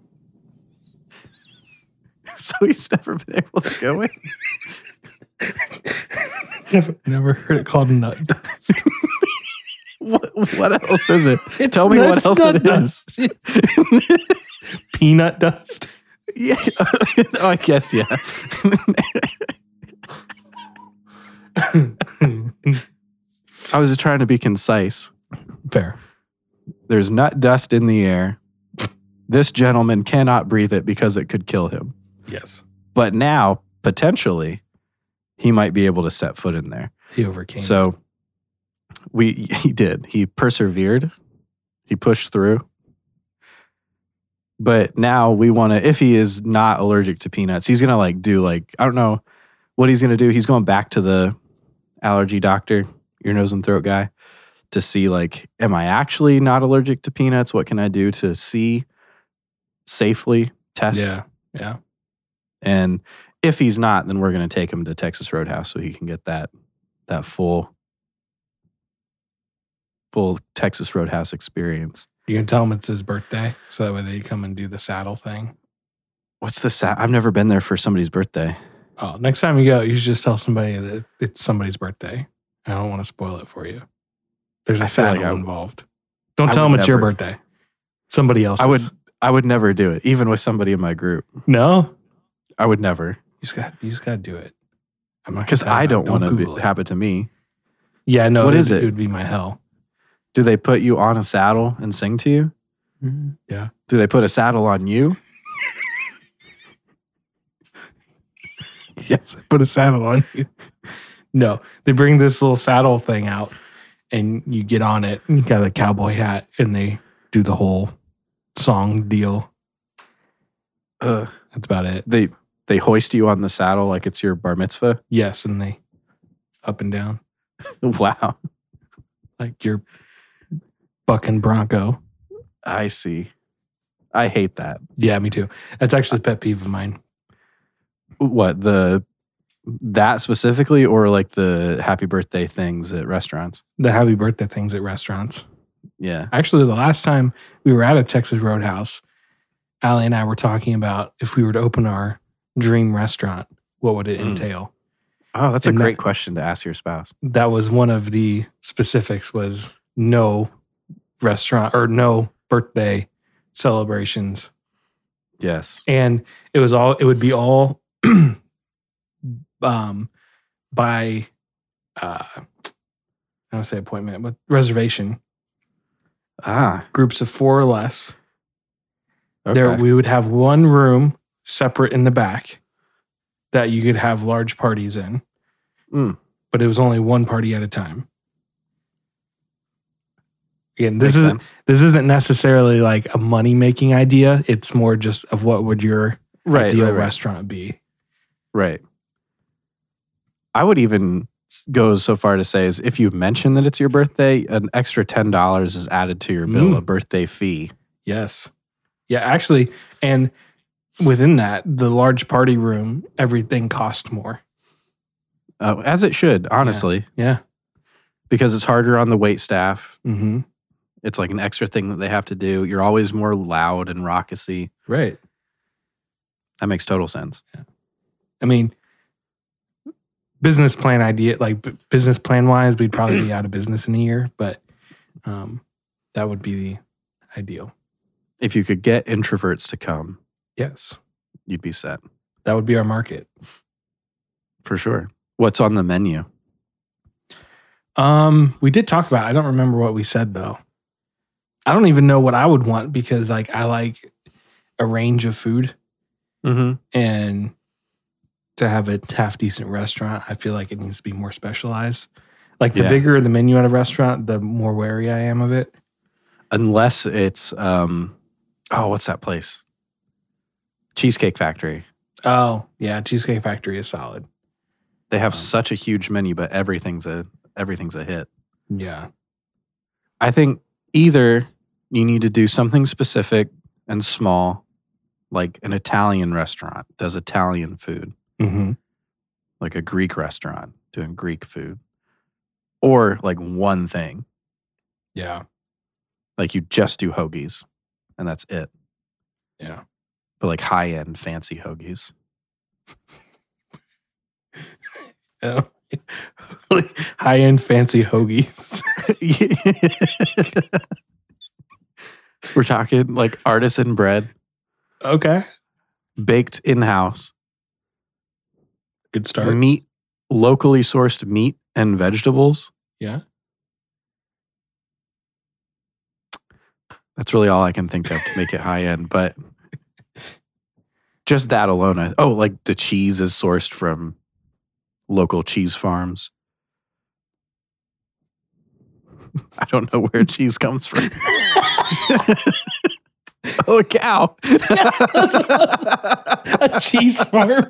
C: [laughs] so he's never been able to go in.
B: Never, never heard it called a nut.
C: What, what else is it? [laughs] Tell me what
B: [laughs] It's
C: else
B: nut
C: it is.
B: [laughs] Peanut dust.
C: [laughs]
B: [laughs]
C: yeah. [laughs] oh, I guess yeah. I was just trying to be concise.
B: Fair.
C: There's nut dust in the air. This gentleman cannot breathe it because it could kill him.
B: Yes,
C: but now potentially he might be able to set foot in there.
B: he overcame. it.
C: So we [laughs] he did. He persevered. He pushed through. But now we want to if he is not allergic to peanuts, he's going to like do like I don't know what he's going to do. He's going back to the allergy doctor, ear nose and throat guy to see like am I actually not allergic to peanuts? What can I do to see safely test
B: yeah, yeah.
C: and if he's not, then we're going to take him to Texas Roadhouse so he can get that that full full Texas Roadhouse experience.
B: You can tell him it's his birthday, so that way they come and do the saddle thing.
C: What's the sa- I've never been there for somebody's birthday.
B: Oh, next time you go, you should just tell somebody that it's somebody's birthday. I don't want to spoil it for you. There's a
C: I feel like
B: saddle
C: I-
B: involved. Don't
C: I
B: tell
C: would
B: them it's your
C: never-
B: birthday. Somebody else.
C: I would I would never do it, even with somebody in my group.
B: no.
C: I would never
B: You just got. You just got to do it. I'm not gonna
C: because
B: tell you
C: I
B: about it.
C: don't want to
B: Google
C: be,
B: it.
C: happen to me.
B: Yeah, no.
C: What
B: it,
C: is it?
B: It would be my hell.
C: Do they put you on a saddle and sing to you?
B: Yeah.
C: Do they put a saddle on you?
B: [laughs] Yes. I Put a saddle on you. [laughs] No, they bring this little saddle thing out, and you get on it. And you got a cowboy hat, and they do the whole song deal.
C: Uh,
B: That's about it.
C: they they hoist you on the saddle like it's your bar mitzvah. [laughs]
B: Yes, and they up and down
C: Wow.
B: like your bucking bronco.
C: I see. I hate that.
B: Yeah, me too. That's actually a pet peeve of mine.
C: What the that specifically, or like the happy birthday things at restaurants?
B: The happy birthday things at restaurants.
C: Yeah.
B: Actually, the last time we were at a Texas Roadhouse, Allie and I were talking about if we were to open our dream restaurant, what would it
C: Mm.
B: entail?
C: Oh, that's
B: And
C: a
B: that-
C: great question to ask your spouse.
B: That was one of the specifics was no restaurant or no birthday celebrations.
C: Yes.
B: And it was all it would be all [clears throat] um by uh I don't wanna say appointment, but reservation.
C: Ah.
B: Groups of four or less.
C: Okay.
B: There, we would have one room separate in the back that you could have large parties in,
C: Mm.
B: but it was only one party at a time. Again, this
C: Makes
B: is
C: sense.
B: this isn't necessarily like a money making idea. It's more just of what would your
C: right,
B: ideal
C: right, right.
B: restaurant be.
C: Right. I would even s- go so far to say is if you mention that it's your birthday, an extra ten dollars is added to your bill,
B: Mm.
C: a birthday fee.
B: Yes. Yeah, actually, and within that, the large party room, everything cost more.
C: Uh, as it should, honestly,
B: Yeah.
C: because it's harder on the wait staff.
B: Mm-hmm.
C: It's like an extra thing that they have to do. You're always more loud and raucousy.
B: Right.
C: That makes total sense.
B: I mean, business plan idea, like b- business plan wise, we'd probably be out of business in a year, but um, that would be the ideal.
C: If you could get introverts to come,
B: Yes.
C: you'd be set
B: That would be our market.
C: for sure. What's on the menu?
B: Um, we did talk about. I don't remember what we said though. I don't even know what I would want because like I like a range of food
C: Mm-hmm.
B: and to have a half decent restaurant, I feel like it needs to be more specialized. Like the
C: Yeah.
B: bigger the menu at a restaurant, the more wary I am of it.
C: Unless it's um, oh, what's that place? Cheesecake Factory.
B: Oh, yeah, Cheesecake Factory is solid.
C: They have
B: Um,
C: such a huge menu, but everything's a everything's a hit.
B: Yeah.
C: I think either you need to do something specific and small, like an Italian restaurant does Italian food,
B: Mm-hmm.
C: like a Greek restaurant doing Greek food, or like one thing,
B: Yeah.
C: like you just do hoagies, and that's it.
B: Yeah. [laughs]
C: But like high end fancy hoagies.
B: Oh. High end fancy hoagies.
C: [laughs]
B: [laughs]
C: We're talking like artisan bread
B: okay.
C: baked in house.
B: Good start.
C: meat locally sourced meat and vegetables
B: Yeah. [laughs]
C: that's really all i can think of to make it high end but just that alone I, oh like the cheese is sourced from local cheese farms [laughs] i don't know where cheese comes from [laughs] oh a cow
B: a cheese farm.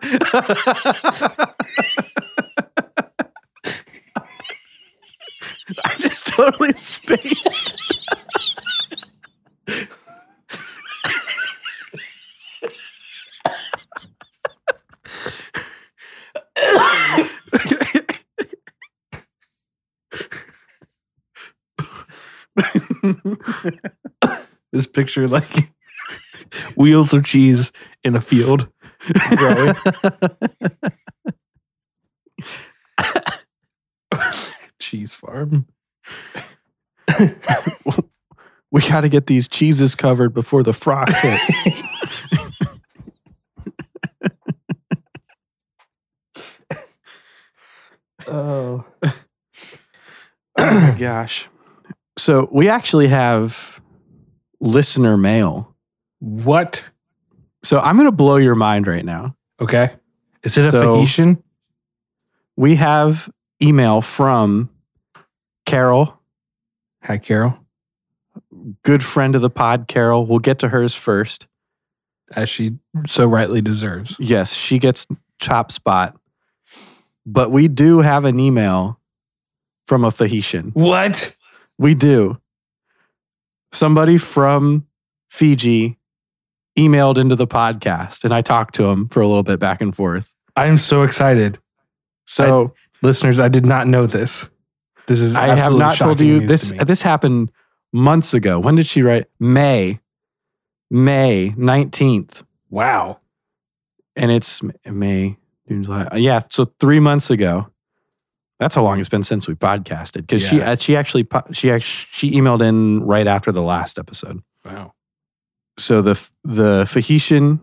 C: I just totally spaced.
B: This picture, like wheels of cheese in a field. Growing. cheese farm.
C: we got to get these cheeses covered before the frost hits.
B: Oh.
C: oh my gosh. So we actually have listener mail.
B: What?
C: So I'm going to blow your mind right now.
B: Okay. Is it a
C: So-
B: Phoenician?
C: We have email from Carol,
B: Hi, Carol.
C: good friend of the pod, Carol. We'll get to hers first.
B: As she so rightly deserves.
C: Yes, she gets chop spot. But we do have an email from a Fahitian.
B: What?
C: We do. Somebody from Fiji emailed into the podcast, and I talked to him for a little bit back and forth.
B: I'm so excited.
C: So
B: Listeners, I did not know this. This is
C: I, have
B: absolutely
C: not told
B: shocking
C: you
B: news
C: this.
B: to me.
C: This happened months ago. When did she write? May, May nineteenth,
B: Wow.
C: and it's M- May, June, July. uh, Yeah, so three months ago. That's how long it's been since we podcasted because she
B: Yeah.
C: uh, she actually po- she actually she emailed in right after the last episode.
B: Wow.
C: so the the Fahitian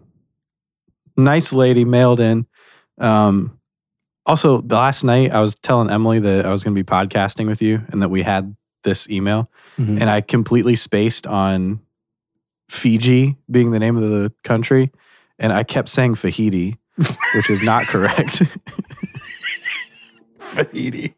C: nice lady mailed in. Um, also, the last night I was telling Emily that I was going to be podcasting with you and that we had this email,
B: Mhm.
C: and I completely spaced on Fiji being the name of the country, and I kept saying Fahiti, which is not correct. [laughs]
B: Fahidi.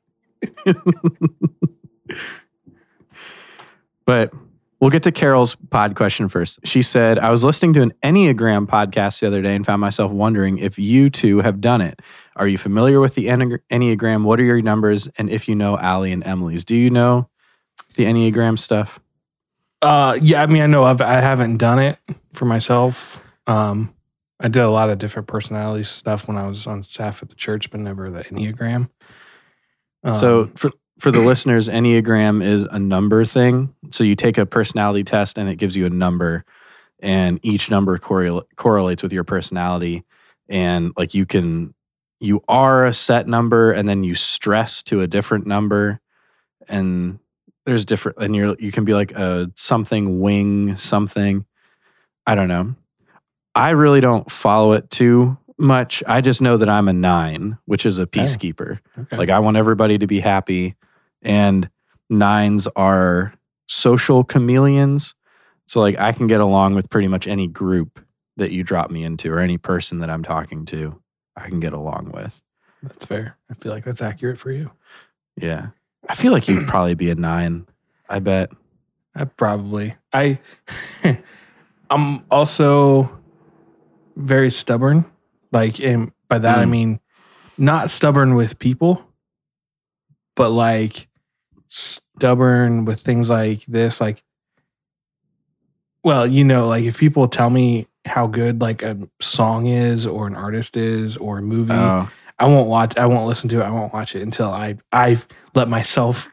C: But we'll get to Carol's pod question first. She said, I was listening to an Enneagram podcast the other day and found myself wondering if you two have done it. Are you familiar with the Enne- Enneagram? What are your numbers? And if you know Allie and Emily's, do you know the Enneagram stuff?
B: Uh, yeah, I mean, I know I've I haven't done it for myself. Um, I did a lot of different personality stuff when I was on staff at the church, but never the enneagram. Um,
C: so for for the listeners, Enneagram is a number thing. So you take a personality test and it gives you a number, and each number correl- correlates with your personality. And like you can, you are a set number, and then you stress to a different number, and there's different, and you're you can be like a something wing something. I don't know. I really don't follow it too much. I just know that I'm a nine, which is a peacekeeper.
B: okay.
C: Like I want everybody to be happy. And nines are social chameleons. So like I can get along with pretty much any group that you drop me into or any person that I'm talking to, I can get along with.
B: that's fair. I feel like that's accurate for you.
C: Yeah. I feel like you'd probably be a nine. I bet.
B: I Uh, probably I [laughs] I'm also very stubborn. Like and by that I
C: Mm.
B: mean not stubborn with people, but like stubborn with things like this. Like well, you know, like if people tell me how good like a song is or an artist is or a movie,
C: Oh,
B: I won't watch. I won't listen to it. I won't watch it until I I let myself.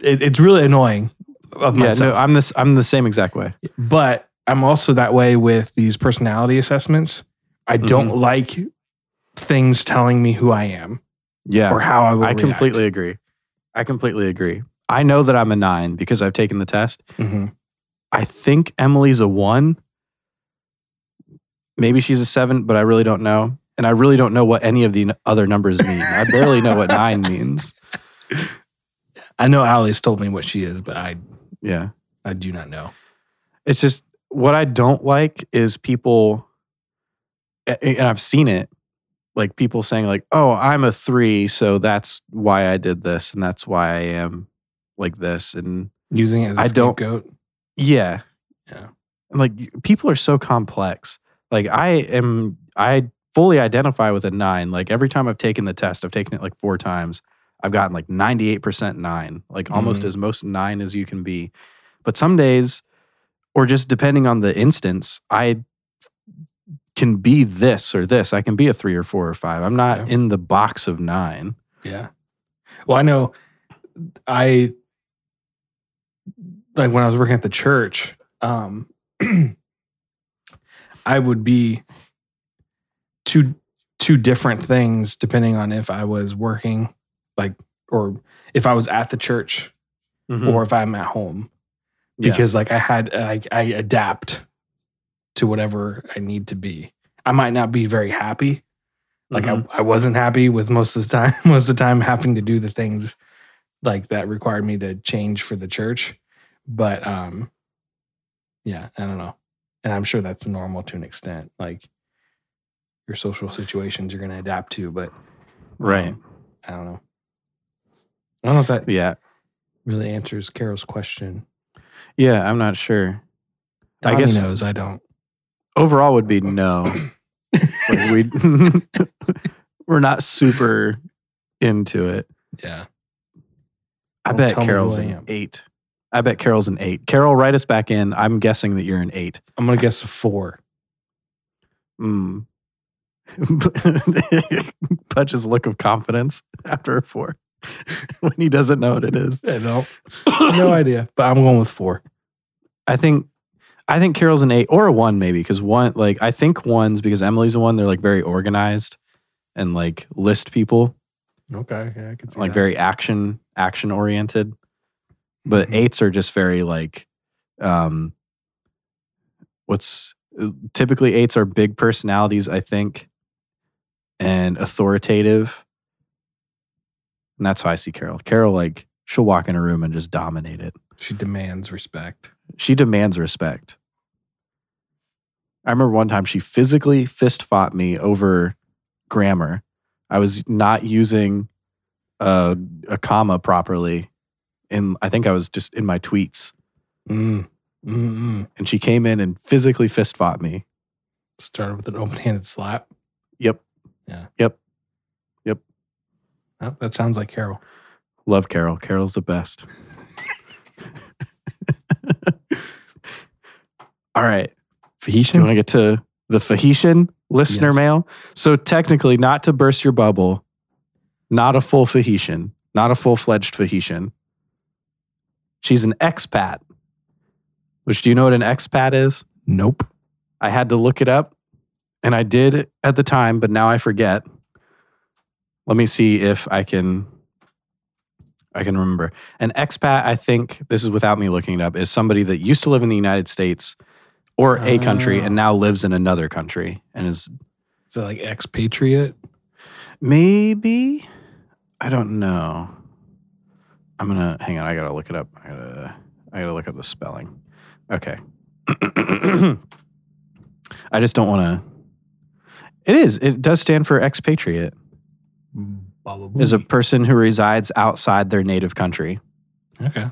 B: It, it's really annoying of
C: yeah.
B: myself,
C: No, I'm this. I'm the same exact way.
B: but I'm also that way with these personality assessments. I
C: Mm-hmm.
B: don't like things telling me who I am
C: Yeah.
B: or how I will.
C: I completely agree. I completely agree. I know that I'm a nine because I've taken the test.
B: hmm
C: I think Emily's a one. Maybe she's a seven, but I really don't know. And I really don't know what any of the n- other numbers mean. I barely know what nine means.
B: I know Ali's told me what she is, but I
C: Yeah.
B: I do not know.
C: It's just what I don't like is people, a- a- and I've seen it, like people saying, like, oh, I'm a three. So that's why I did this. And that's why I am like this. And
B: Using it as a
C: I don't-
B: scapegoat.
C: Yeah.
B: Yeah.
C: And like y- people are so complex. Like I am I fully identify with a 9. Like every time I've taken the test, I've taken it like 4 times. I've gotten like 98% 9, like almost
B: Mhm.
C: as most 9 as you can be. But some days or just depending on the instance, I can be this or this. I can be a 3 or 4 or 5. I'm not
B: Yeah.
C: in the box of 9.
B: Yeah. Well, I know. I like when I was working at the church. Um, [clears throat] I would be two two different things depending on if I was working, like, or if I was at the church or if I'm at home,
C: Hmm. Yeah.
B: because like I had like I adapt to whatever I need to be. I might not be very happy, like
C: Mhm.
B: I, I wasn't happy with most of the time [laughs] most of the time having to do the things like that required me to change for the church but um yeah i don't know and i'm sure that's normal to an extent like your social situations you're going to adapt to but
C: right.
B: um, i don't know i don't know if that
C: Yeah.
B: really answers carol's question
C: Yeah, I'm not sure. I
B: Donnie
C: guess-
B: knows i don't
C: overall would be no. Like, we [laughs] we're not super into it.
B: yeah
C: I
B: Don't
C: bet
B: tell me who
C: Carol's
B: I
C: an
B: am.
C: eight. I bet Carol's an eight. Carol, write us back in. I'm guessing that you're an eight.
B: i'm going to guess a four
C: [laughs] Mm. Pudge's look of confidence after a four [laughs] when he doesn't know what it is.
B: i don't [coughs] no idea but i'm going with four
C: I think I think Carol's an eight or a one maybe because one like I think ones because Emily's a one. They're like very organized and like list people.
B: okay yeah i can see
C: like
B: that.
C: very action action oriented but
B: Mhm.
C: eights are just very like um what's typically eights are big personalities i think and authoritative and that's how i see carol carol like she'll walk in a room and just dominate it
B: she demands respect
C: she demands respect. I remember one time she physically fist fought me over grammar. I was not using uh, a comma properly, and I think I was just in my tweets.
B: Mm. Mm-mm.
C: And she came in and physically fist fought me.
B: Started with an open-handed slap.
C: Yep.
B: Oh, that sounds like Carol.
C: Love Carol. Carol's the best. [laughs] All right. Do you want
B: Fahitian?
C: to get to the Fahitian listener
B: Yes.
C: mail? So technically, not to burst your bubble, not a full Fahitian, not a full fledged Fahitian. She's an expat. Which do you know what an expat is?
B: Nope.
C: I had to look it up, and I did at the time, but now I forget. Let me see if I can. I can remember. An expat, I think, this is without me looking it up, is somebody that used to live in the United States or a country and
B: Oh.
C: now lives in another country and is
B: Is that like expatriate?
C: maybe, I don't know. I'm gonna hang on. I gotta look it up. I gotta, I gotta look up the spelling. Okay. [clears throat] I just don't want to. It is. It does stand for expatriate.
B: Baba
C: Is a person who resides outside their native country.
B: okay.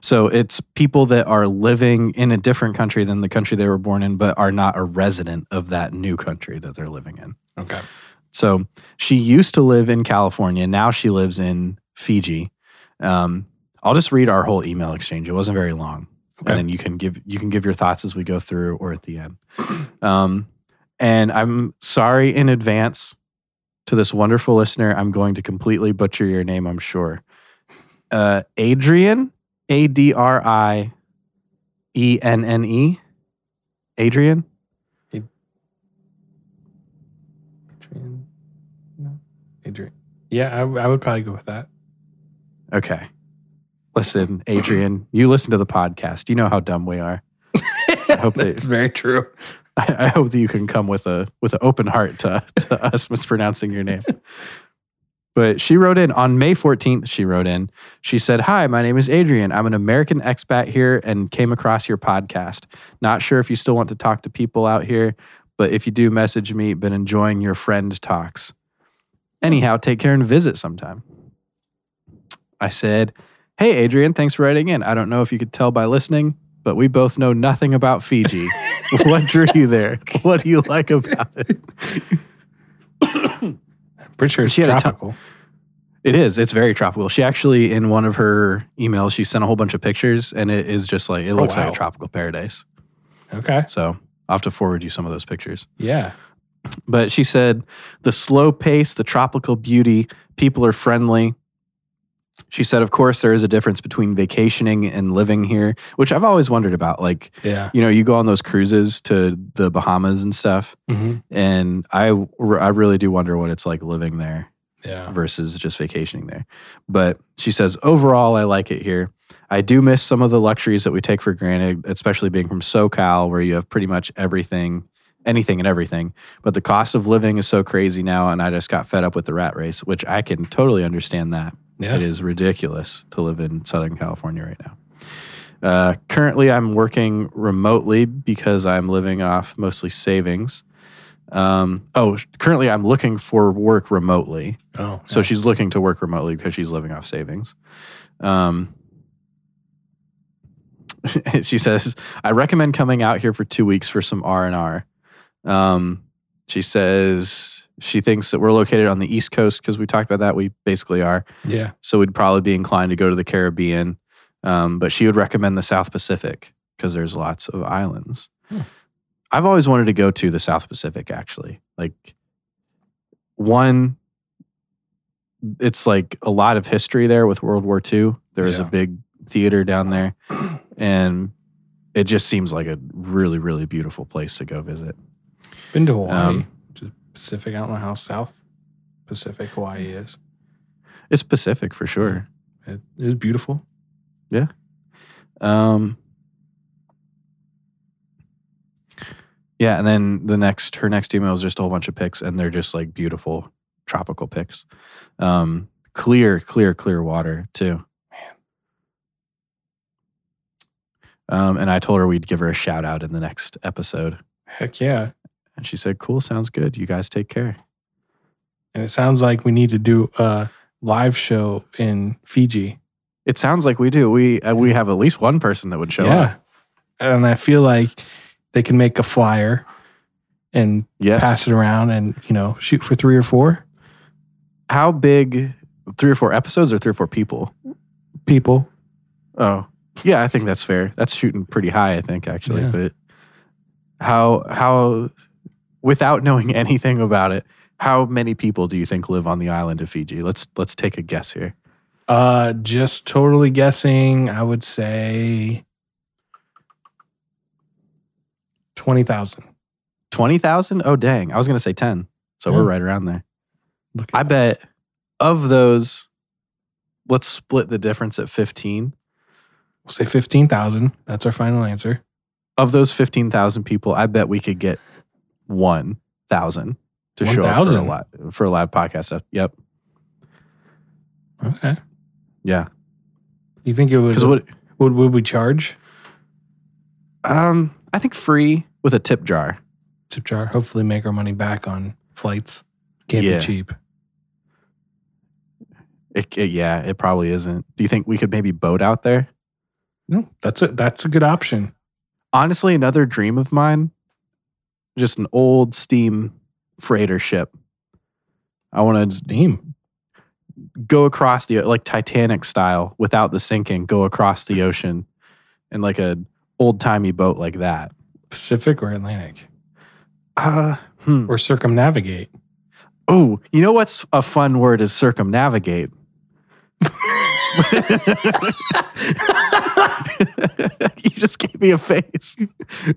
C: So it's people that are living in a different country than the country they were born in, but are not a resident of that new country that they're living in.
B: Okay.
C: So she used to live in California. Now she lives in Fiji. Um, I'll just read our whole email exchange. It wasn't very long,
B: Okay.
C: and then you can give you can give your thoughts as we go through or at the end. Um, and I'm sorry in advance to this wonderful listener. I'm going to completely butcher your name. I'm sure. Uh, Adrian, A D R I E N N E, Adrian.
B: Adrian. No. Adrian. Yeah, I, I would probably go with that.
C: Okay. Listen, Adrian, you listen to the podcast. You know how dumb we are. I hope they-
B: That's very true.
C: [laughs] I, I hope that you can come with a with an open heart to, to [laughs] us mispronouncing your name. But she wrote in on May 14th, she wrote in. She said, Hi, my name is Adrian. I'm an American expat here and came across your podcast. Not sure if you still want to talk to people out here, but if you do, message me. Been enjoying your friend talks. Anyhow, take care and visit sometime. I said, Hey, Adrian, thanks for writing in. I don't know if you could tell by listening, but we both know nothing about Fiji. what drew you there? What do you like about it?
B: Pretty sure it's
C: She had a ton-
B: tropical.
C: It is. It's very tropical. She actually, in one of her emails, she sent a whole bunch of pictures, and it is just like it looks like
B: wow.
C: a tropical paradise.
B: okay.
C: So I'll have to forward you some of those pictures.
B: Yeah.
C: But she said the slow pace, the tropical beauty, people are friendly. She said, of course, there is a difference between vacationing and living here, which I've always wondered about. Like,
B: Yeah.
C: you know, you go on those cruises to the Bahamas and stuff,
B: Mm-hmm.
C: and I, I really do wonder what it's like living there
B: Yeah.
C: versus just vacationing there. But she says, overall, I like it here. I do miss some of the luxuries that we take for granted, especially being from SoCal, where you have pretty much everything, anything and everything. But the cost of living is so crazy now, and I just got fed up with the rat race, which I can totally understand that. It
B: Yeah.
C: is ridiculous to live in Southern California right now. Uh, currently, I'm working remotely because I'm living off mostly savings. Um, oh, currently, I'm looking for work remotely.
B: Oh.
C: So
B: yeah.
C: she's looking to work remotely because she's living off savings. Um, [laughs] she says, "I recommend coming out here for two weeks for some R and R." She says she thinks that we're located on the East Coast because we talked about that. We basically are,
B: yeah.
C: so we'd probably be inclined to go to the Caribbean, um, but she would recommend the South Pacific because there's lots of islands.
B: Hmm.
C: I've always wanted to go to the South Pacific. Actually, like one it's like a lot of history there with World War II. There is
B: Yeah.
C: a big theater
B: [clears throat]
C: down there, and it just seems like a really, really beautiful place to go visit.
B: Been to Hawaii,
C: Um,
B: which is Pacific. I don't know how South Pacific Hawaii is.
C: It's Pacific for sure.
B: It is beautiful.
C: Um, yeah, and then the next, her next email is just a whole bunch of pics, and they're just like beautiful tropical pics. Um, clear, clear, clear water too. Um, and I told her we'd give her a shout out in the next episode.
B: Heck yeah.
C: And she said, Cool, sounds good. You guys take care.
B: And it sounds like we need to do a live show in Fiji.
C: It sounds like we do. We uh, we have at least one person that would show up.
B: And I feel like they can make a flyer and
C: Yes.
B: pass it around and, you know, shoot for three or four
C: How big? Three or four episodes or three or four people?
B: people.
C: Oh, yeah, I think that's fair. That's shooting pretty high, I think, actually.
B: Yeah.
C: But how how without knowing [laughs] anything about it, how many people do you think live on the island of Fiji? Let's let's take a guess here.
B: Uh, just totally guessing. I would say twenty thousand.
C: Twenty thousand? Oh dang. I was gonna say ten. So we're
B: Yeah.
C: right around there. I bet of those, let's split the difference at fifteen.
B: we'll say fifteen thousand. That's our final answer.
C: Of those fifteen thousand people, I bet we could get one thousand to show up for a,
B: 1,000?
C: li- for a live podcast. Yep.
B: Okay.
C: Yeah.
B: You think it would?
C: Because what
B: would would we charge
C: Um, I think free with a tip jar.
B: tip jar? Hopefully, make our money back on flights. Can't
C: Yeah.
B: be cheap.
C: It, it- yeah, it probably isn't. Do you think we could maybe boat out there?
B: No, that's a that's a good option.
C: Honestly, another dream of mine, just an old steam freighter ship. I want to
B: Steam.
C: go across the like Titanic style without the sinking, go across the ocean in like a old timey boat like that.
B: Pacific or Atlantic
C: Uh, hmm.
B: or circumnavigate.
C: Oh, you know what's a fun word is circumnavigate. [laughs] you just gave me a face,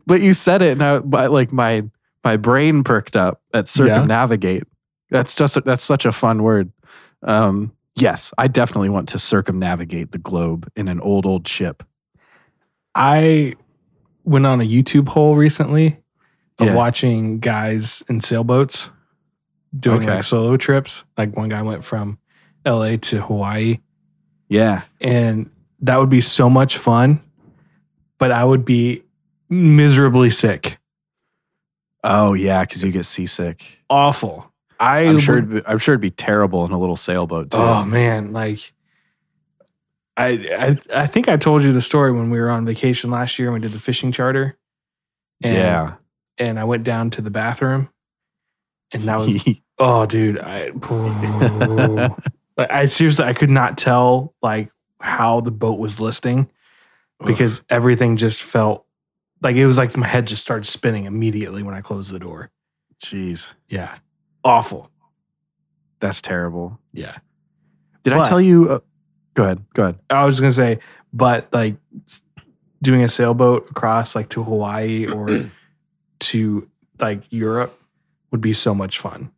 C: but you said it, and I my, like my my brain perked up at circumnavigate. That's just that's such a fun word. Um, yes, I definitely want to circumnavigate the globe in an old old ship.
B: I went on a YouTube hole recently of
C: Yeah.
B: watching guys in sailboats doing
C: Okay.
B: like solo trips. Like one guy went from LA to Hawaii,
C: Yeah,
B: and that would be so much fun, but I would be miserably sick.
C: Oh yeah, because you get seasick.
B: Awful. I
C: I'm sure.
B: would-
C: It'd be, I'm sure it'd be terrible in a little sailboat too.
B: Oh man, like I, I I think I told you the story when we were on vacation last year and we did the fishing charter. And,
C: yeah.
B: And I went down to the bathroom and that
C: [laughs]
B: was oh dude, I like I seriously I could not tell like how the boat was listing because everything just felt like it was like my head just started spinning immediately when I closed the door.
C: jeez,
B: Yeah. Awful.
C: that's terrible.
B: Yeah.
C: Did I
B: But-
C: tell you? Uh, go ahead. Go ahead.
B: I was gonna say, but like s- doing a sailboat across like to Hawaii or [clears throat] to like Europe would be so much fun.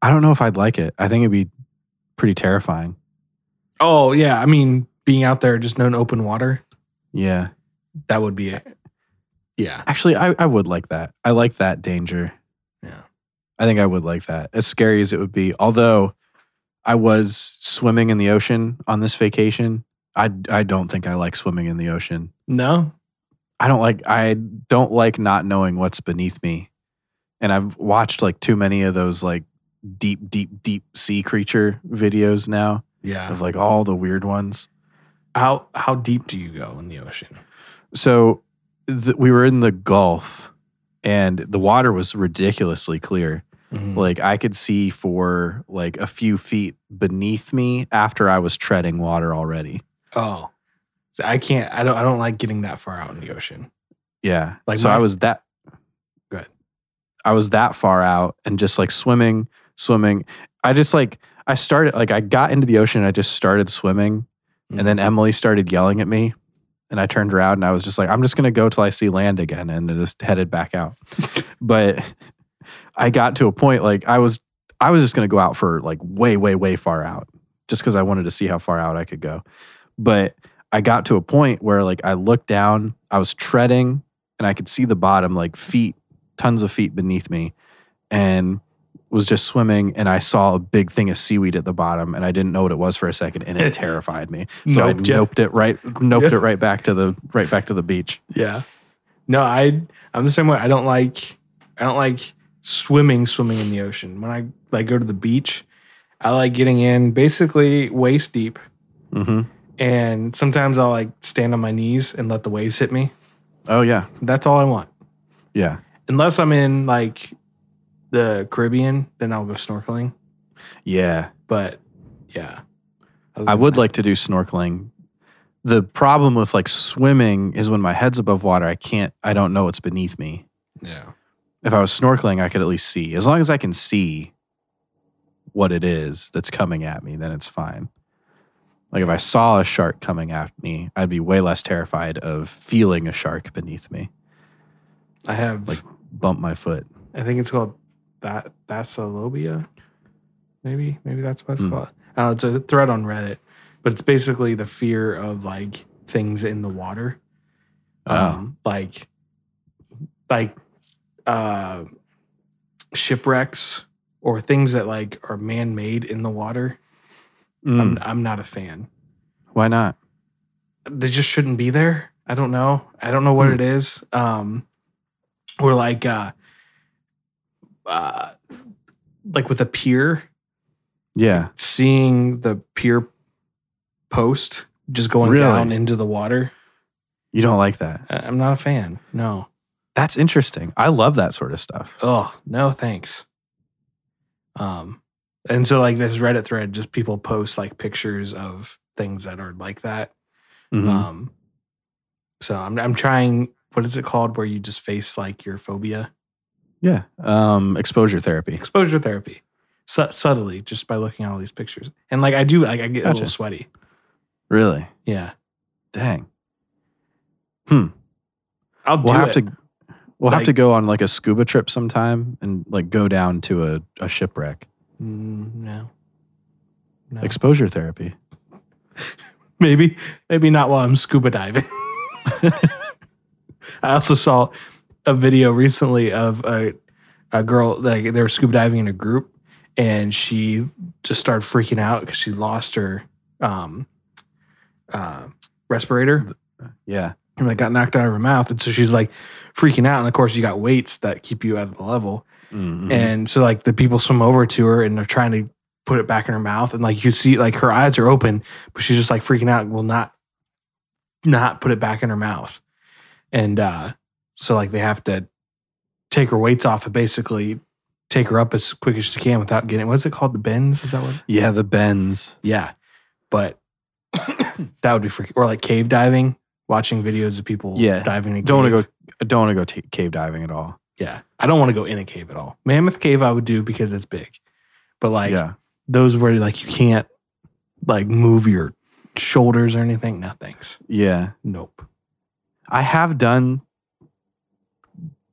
C: I don't know if I'd like it. I think it'd be pretty terrifying.
B: Oh yeah, I mean being out there just known open water
C: Yeah.
B: that would be it. Yeah,
C: Actually, I, I would like that. I like that danger.
B: Yeah.
C: I think I would like that. As scary as it would be, although I was swimming in the ocean on this vacation, I, I don't think I like swimming in the ocean.
B: no,
C: I don't like I don't like not knowing what's beneath me. And I've watched like too many of those like deep deep deep sea creature videos now
B: yeah.
C: of like all the weird ones.
B: How how deep do you go in the ocean?
C: So th- we were in the Gulf and the water was ridiculously clear.
B: Mm. Mm-hmm.
C: Like I could see for like a few feet beneath me after I was treading water already.
B: Oh, So I can't. I don't. I don't like getting that far out in the ocean.
C: Yeah. Like
B: Like
C: so
B: my-
C: I was that
B: Go ahead.
C: I was that far out and just like swimming, swimming. I just like I started like I got into the ocean, I just started swimming, and then
B: Mm-hmm.
C: Emily started yelling at me. And I turned around and I was just like, I'm just gonna go till I see land again and I just headed
B: [laughs]
C: back out. but I got to a point like I was I was just gonna go out for like way, way, way far out. Just because I wanted to see how far out I could go. But I got to a point where like I looked down, I was treading, and I could see the bottom like feet, tons of feet beneath me, and was just swimming and I saw a big thing of seaweed at the bottom and I didn't know what it was for a second and it terrified me. So I
B: Noped ya.
C: noped it right noped
B: Yeah.
C: it right back to the right back to the beach.
B: Yeah, No, I I'm the same way. I don't like I don't like swimming swimming in the ocean. When I like go to the beach, I like getting in basically waist deep
C: hmm
B: and sometimes I'll like stand on my knees and let the waves hit me.
C: Oh yeah,
B: That's all I want.
C: yeah,
B: Unless I'm in like the Caribbean, then I'll go snorkeling.
C: yeah.
B: But yeah. Other
C: I
B: than
C: would
B: that-
C: like to do snorkeling. The problem with like swimming is when my head's above water, I can't. I don't know what's beneath me.
B: Yeah.
C: if I was snorkeling, I could at least see. As long as I can see what it is that's coming at me, then it's fine. Like if I saw a shark coming at me, I'd be way less terrified of feeling a shark beneath me.
B: I have
C: Like- Bump my foot.
B: I think it's called that Thassalobia. Maybe, maybe that's what it's
C: Hmm.
B: called. I don't know, it's a thread on Reddit, but it's basically the fear of like things in the water. Um,
C: Oh.
B: like like uh shipwrecks or things that like are man-made in the water.
C: Mm,
B: I'm I'm not a fan.
C: why not?
B: They just shouldn't be there. I don't know. I don't know what
C: Hmm.
B: it is. Um or like uh uh like with a pier
C: Yeah.
B: seeing the pier post just going
C: Really?
B: down into the water.
C: You don't like that.
B: I- I'm not a fan. No.
C: That's interesting. I love that sort of stuff.
B: Oh, no, thanks. Um, and so like this Reddit thread, just people post like pictures of things that are like that.
C: Mhm.
B: Um, so I'm I'm trying. What is it called? Where you just face like your phobia?
C: yeah. Um, exposure therapy.
B: Exposure therapy. Su- subtly, just by looking at all these pictures, and like I do, like I get a
C: Gotcha.
B: little sweaty.
C: Really?
B: Yeah,
C: Dang.
B: I'll do
C: We'll have
B: it.
C: to we'll have
B: Like-
C: to go on like a scuba trip sometime and like go down to a, a shipwreck.
B: Mm, no. No.
C: Exposure therapy.
B: [laughs] maybe maybe not while I'm scuba diving. [laughs] I also saw a video recently of a a girl like they were scuba diving in a group and she just started freaking out because she lost her um uh respirator
C: Yeah.
B: and like got knocked out of her mouth and so she's like freaking out and of course you got weights that keep you at the level
C: Mm-hmm.
B: and so like the people swim over to her and they're trying to put it back in her mouth. And like you see like her eyes are open, but she's just like freaking out and will not not put it back in her mouth. And uh so like they have to take her weights off and basically take her up as quick as they can without getting what's it called? The bends? Is that what
C: yeah, the bends.
B: yeah. But [coughs] that would be freaking or like cave diving, watching videos of people
C: Yeah.
B: diving in a
C: Don't
B: cave.
C: want to go. I Don't want to go t- cave diving at all.
B: Yeah. I don't want to go in a cave at all. Mammoth cave I would do because it's big. But like
C: yeah.
B: those where like you can't like move your shoulders or anything. No thanks.
C: Yeah.
B: Nope.
C: I have done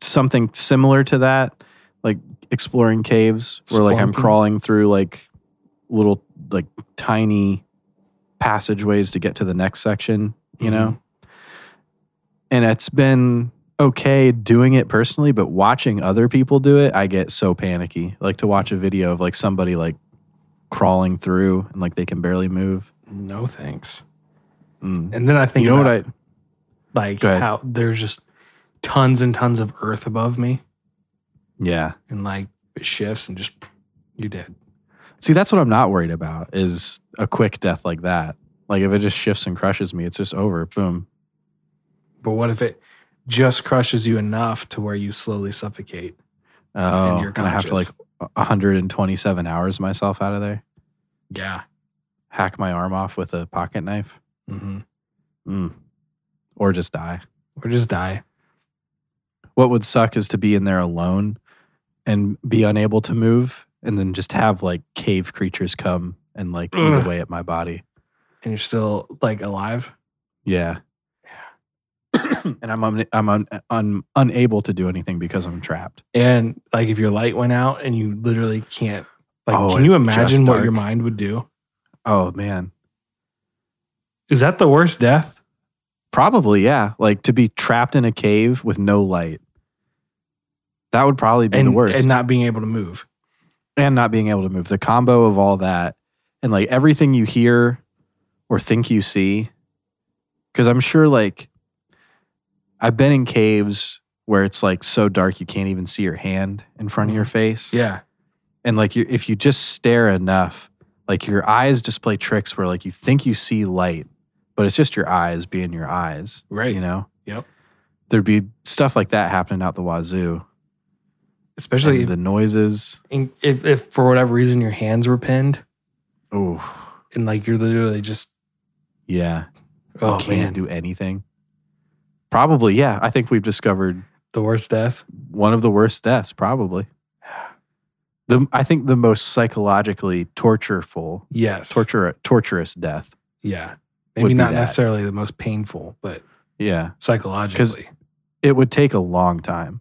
C: something similar to that, like exploring caves, where like I'm
B: Splunking?
C: crawling through like little like tiny passageways to get to the next section. You know,
B: Mm-hmm.
C: and it's been okay doing it personally, but watching other people do it, I get so panicky. Like to watch a video of like somebody like crawling through and like they can barely move.
B: No thanks.
C: Mm.
B: And then I think
C: You know what
B: about,
C: I?
B: like
C: Go ahead.
B: how there's just tons and tons of earth above me
C: Yeah.
B: and like it shifts and just you dead.
C: See, that's what I'm not worried about is a quick death like that. Like if it just shifts and crushes me, it's just over. Boom.
B: But what if it just crushes you enough to where you slowly suffocate?
C: Oh,
B: you're
C: and I have to like
B: conscious.
C: 127 hours myself out of there.
B: Yeah.
C: Hack my arm off with a pocket knife.
B: Mm-hmm.
C: Mm. Or just die.
B: Or just die.
C: What would suck is to be in there alone and be unable to move and then just have like cave creatures come and like eat
B: Ugh.
C: away at my body.
B: And you're still like alive.
C: Yeah. and I'm un- I'm un- un- unable to do anything because I'm trapped.
B: And like if your light went out and you literally can't like
C: Oh,
B: can you
C: it's just
B: imagine what your
C: dark.
B: mind would do?
C: Oh man.
B: Is that the worst death?
C: Probably, yeah. Like to be trapped in a cave with no light. That would probably be
B: and,
C: the worst.
B: and not being able to move.
C: and not being able to move. The combo of all that and like everything you hear or think you see. Cause I'm sure like I've been in caves where it's like so dark you can't even see your hand in front
B: Mm-hmm.
C: of your face.
B: Yeah.
C: And like you if you just stare enough, like your eyes display tricks where like you think you see light, but it's just your eyes being your eyes.
B: Right.
C: You know?
B: Yep.
C: There'd be stuff like that happening out the wazoo.
B: Especially
C: And
B: if,
C: the noises.
B: in- if, if for whatever reason your hands were pinned
C: Oh,
B: and like you're literally just,
C: yeah.
B: oh
C: Can't
B: man,
C: do anything. Probably, yeah. I think we've discovered
B: the worst death.
C: one of the worst deaths, probably. [sighs] The I think the most psychologically tortureful,
B: Yes.
C: torture, torturous death.
B: Yeah.
C: would
B: Maybe
C: be
B: not
C: that.
B: necessarily the most painful, but
C: Yeah,
B: psychologically.
C: it would take a long time.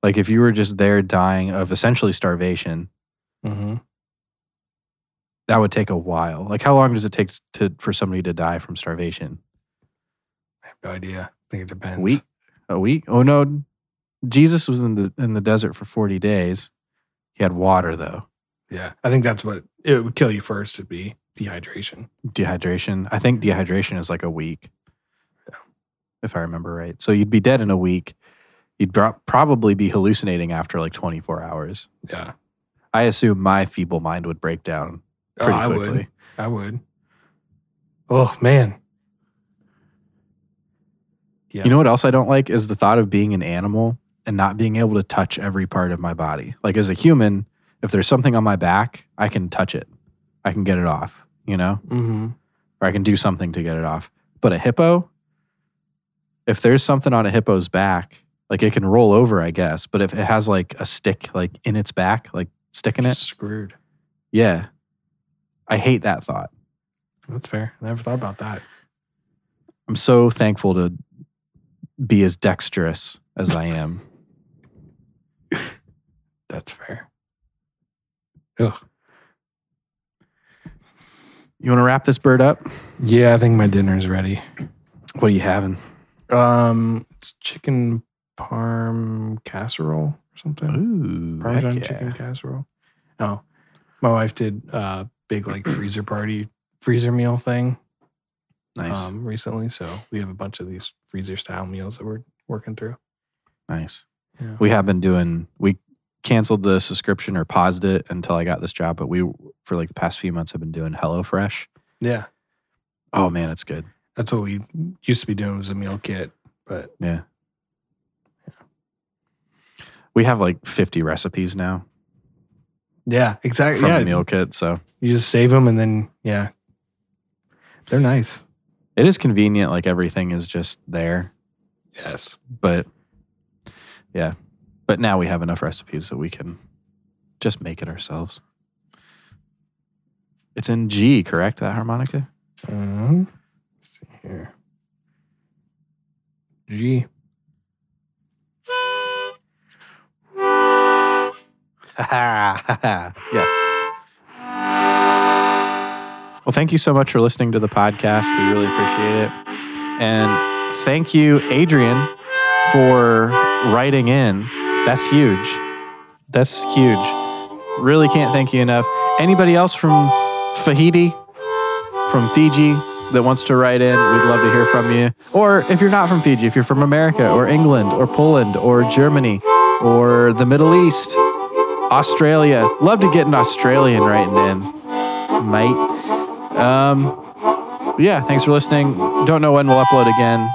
C: Like if you were just there dying of essentially starvation,
B: Mm-hmm.
C: that would take a while. Like how long does it take to for somebody to die from starvation?
B: I have no idea. I think it depends.
C: A week? A week? Oh no, Jesus was in the in the desert for forty days. He had water though.
B: Yeah. I think that's what it would kill you first. It'd be dehydration.
C: dehydration. I think dehydration is like a week, if I remember right. So you'd be dead in a week. You'd bro- probably be hallucinating after like 24 hours.
B: Yeah.
C: I assume my feeble mind would break down pretty
B: oh, I
C: quickly.
B: would. I would. Oh man. Yeah.
C: You know what else I don't like is the thought of being an animal and not being able to touch every part of my body. Like as a human, if there's something on my back, I can touch it. I can get it off, you know?
B: Mm-hmm.
C: or I can do something to get it off. But a hippo, if there's something on a hippo's back, like it can roll over, I guess. But if it has like a stick like in its back, like sticking it,
B: Screwed.
C: yeah, I hate that thought.
B: That's fair. I never thought about that.
C: I'm so thankful to be as dexterous as I am.
B: That's fair.
C: You want to wrap this bird up?
B: Yeah, I think my dinner's ready.
C: What are you having?
B: Um, it's chicken parm casserole or something.
C: Ooh,
B: Parmesan chicken casserole. Oh, my wife did a big like freezer party, freezer meal thing
C: Nice,
B: um, recently. So we have a bunch of these freezer style meals that we're working through.
C: nice.
B: Yeah.
C: We have been doing. We canceled the subscription or paused it until I got this job. But we, for like the past few months, have been doing HelloFresh.
B: Yeah,
C: Oh man, it's good.
B: that's what we used to be doing was a meal kit, but
C: Yeah. We have like 50 recipes now
B: yeah, exactly.
C: from
B: Uh, Yeah,
C: the meal kit. So
B: you just save them and then yeah, they're nice.
C: it is convenient. Like everything is just there.
B: Yes,
C: But yeah. But now we have enough recipes that we can just make it ourselves. It's in G, correct? That harmonica?
B: Um, let's see here. G.
C: yes. Well, thank you so much for listening to the podcast. We really appreciate it. And thank you, Adrian, for writing in. That's huge. That's huge. Really can't thank you enough. Anybody else from Fahiti, from Fiji, that wants to write in, we'd love to hear from you. Or if you're not from Fiji, if you're from America or England or Poland or Germany or the Middle East, Australia, love to get an Australian writing in, mate. Um, yeah, thanks for listening. Don't know when we'll upload again.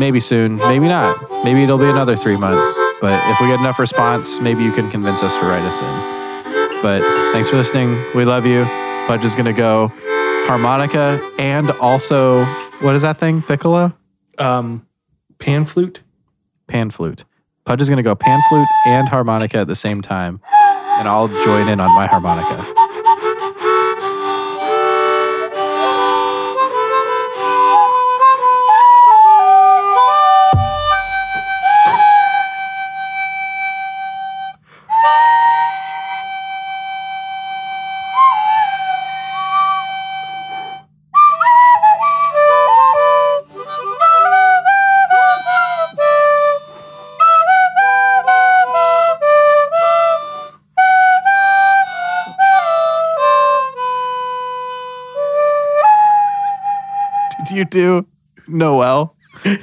C: Maybe soon, maybe not. Maybe it'll be another three months. But if we get enough response, maybe you can convince us to write us in. But thanks for listening. We love you. Pledge is gonna go harmonica and also what is that thing? Piccolo?
B: Um, pan flute.
C: pan flute. Pudge is going to go pan flute and harmonica at the same time, and I'll join in on my harmonica. [laughs] Did you do Noel?
B: a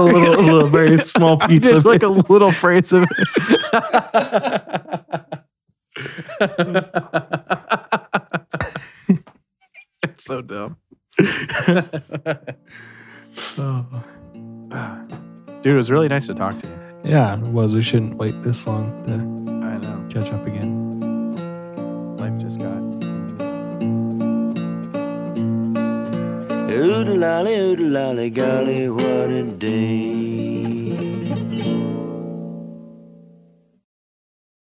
B: little, a little very small
C: [laughs] I
B: piece
C: did,
B: of
C: like
B: it.
C: a little phrase of it. [laughs] it's so [laughs] dumb. [sighs] Dude, it was really nice to talk to you.
B: Yeah, it was. We shouldn't wait this long
C: I
B: to
C: know.
B: catch up again.
C: Life just got
A: Oodle lolly, oodle lolly, golly, what a day.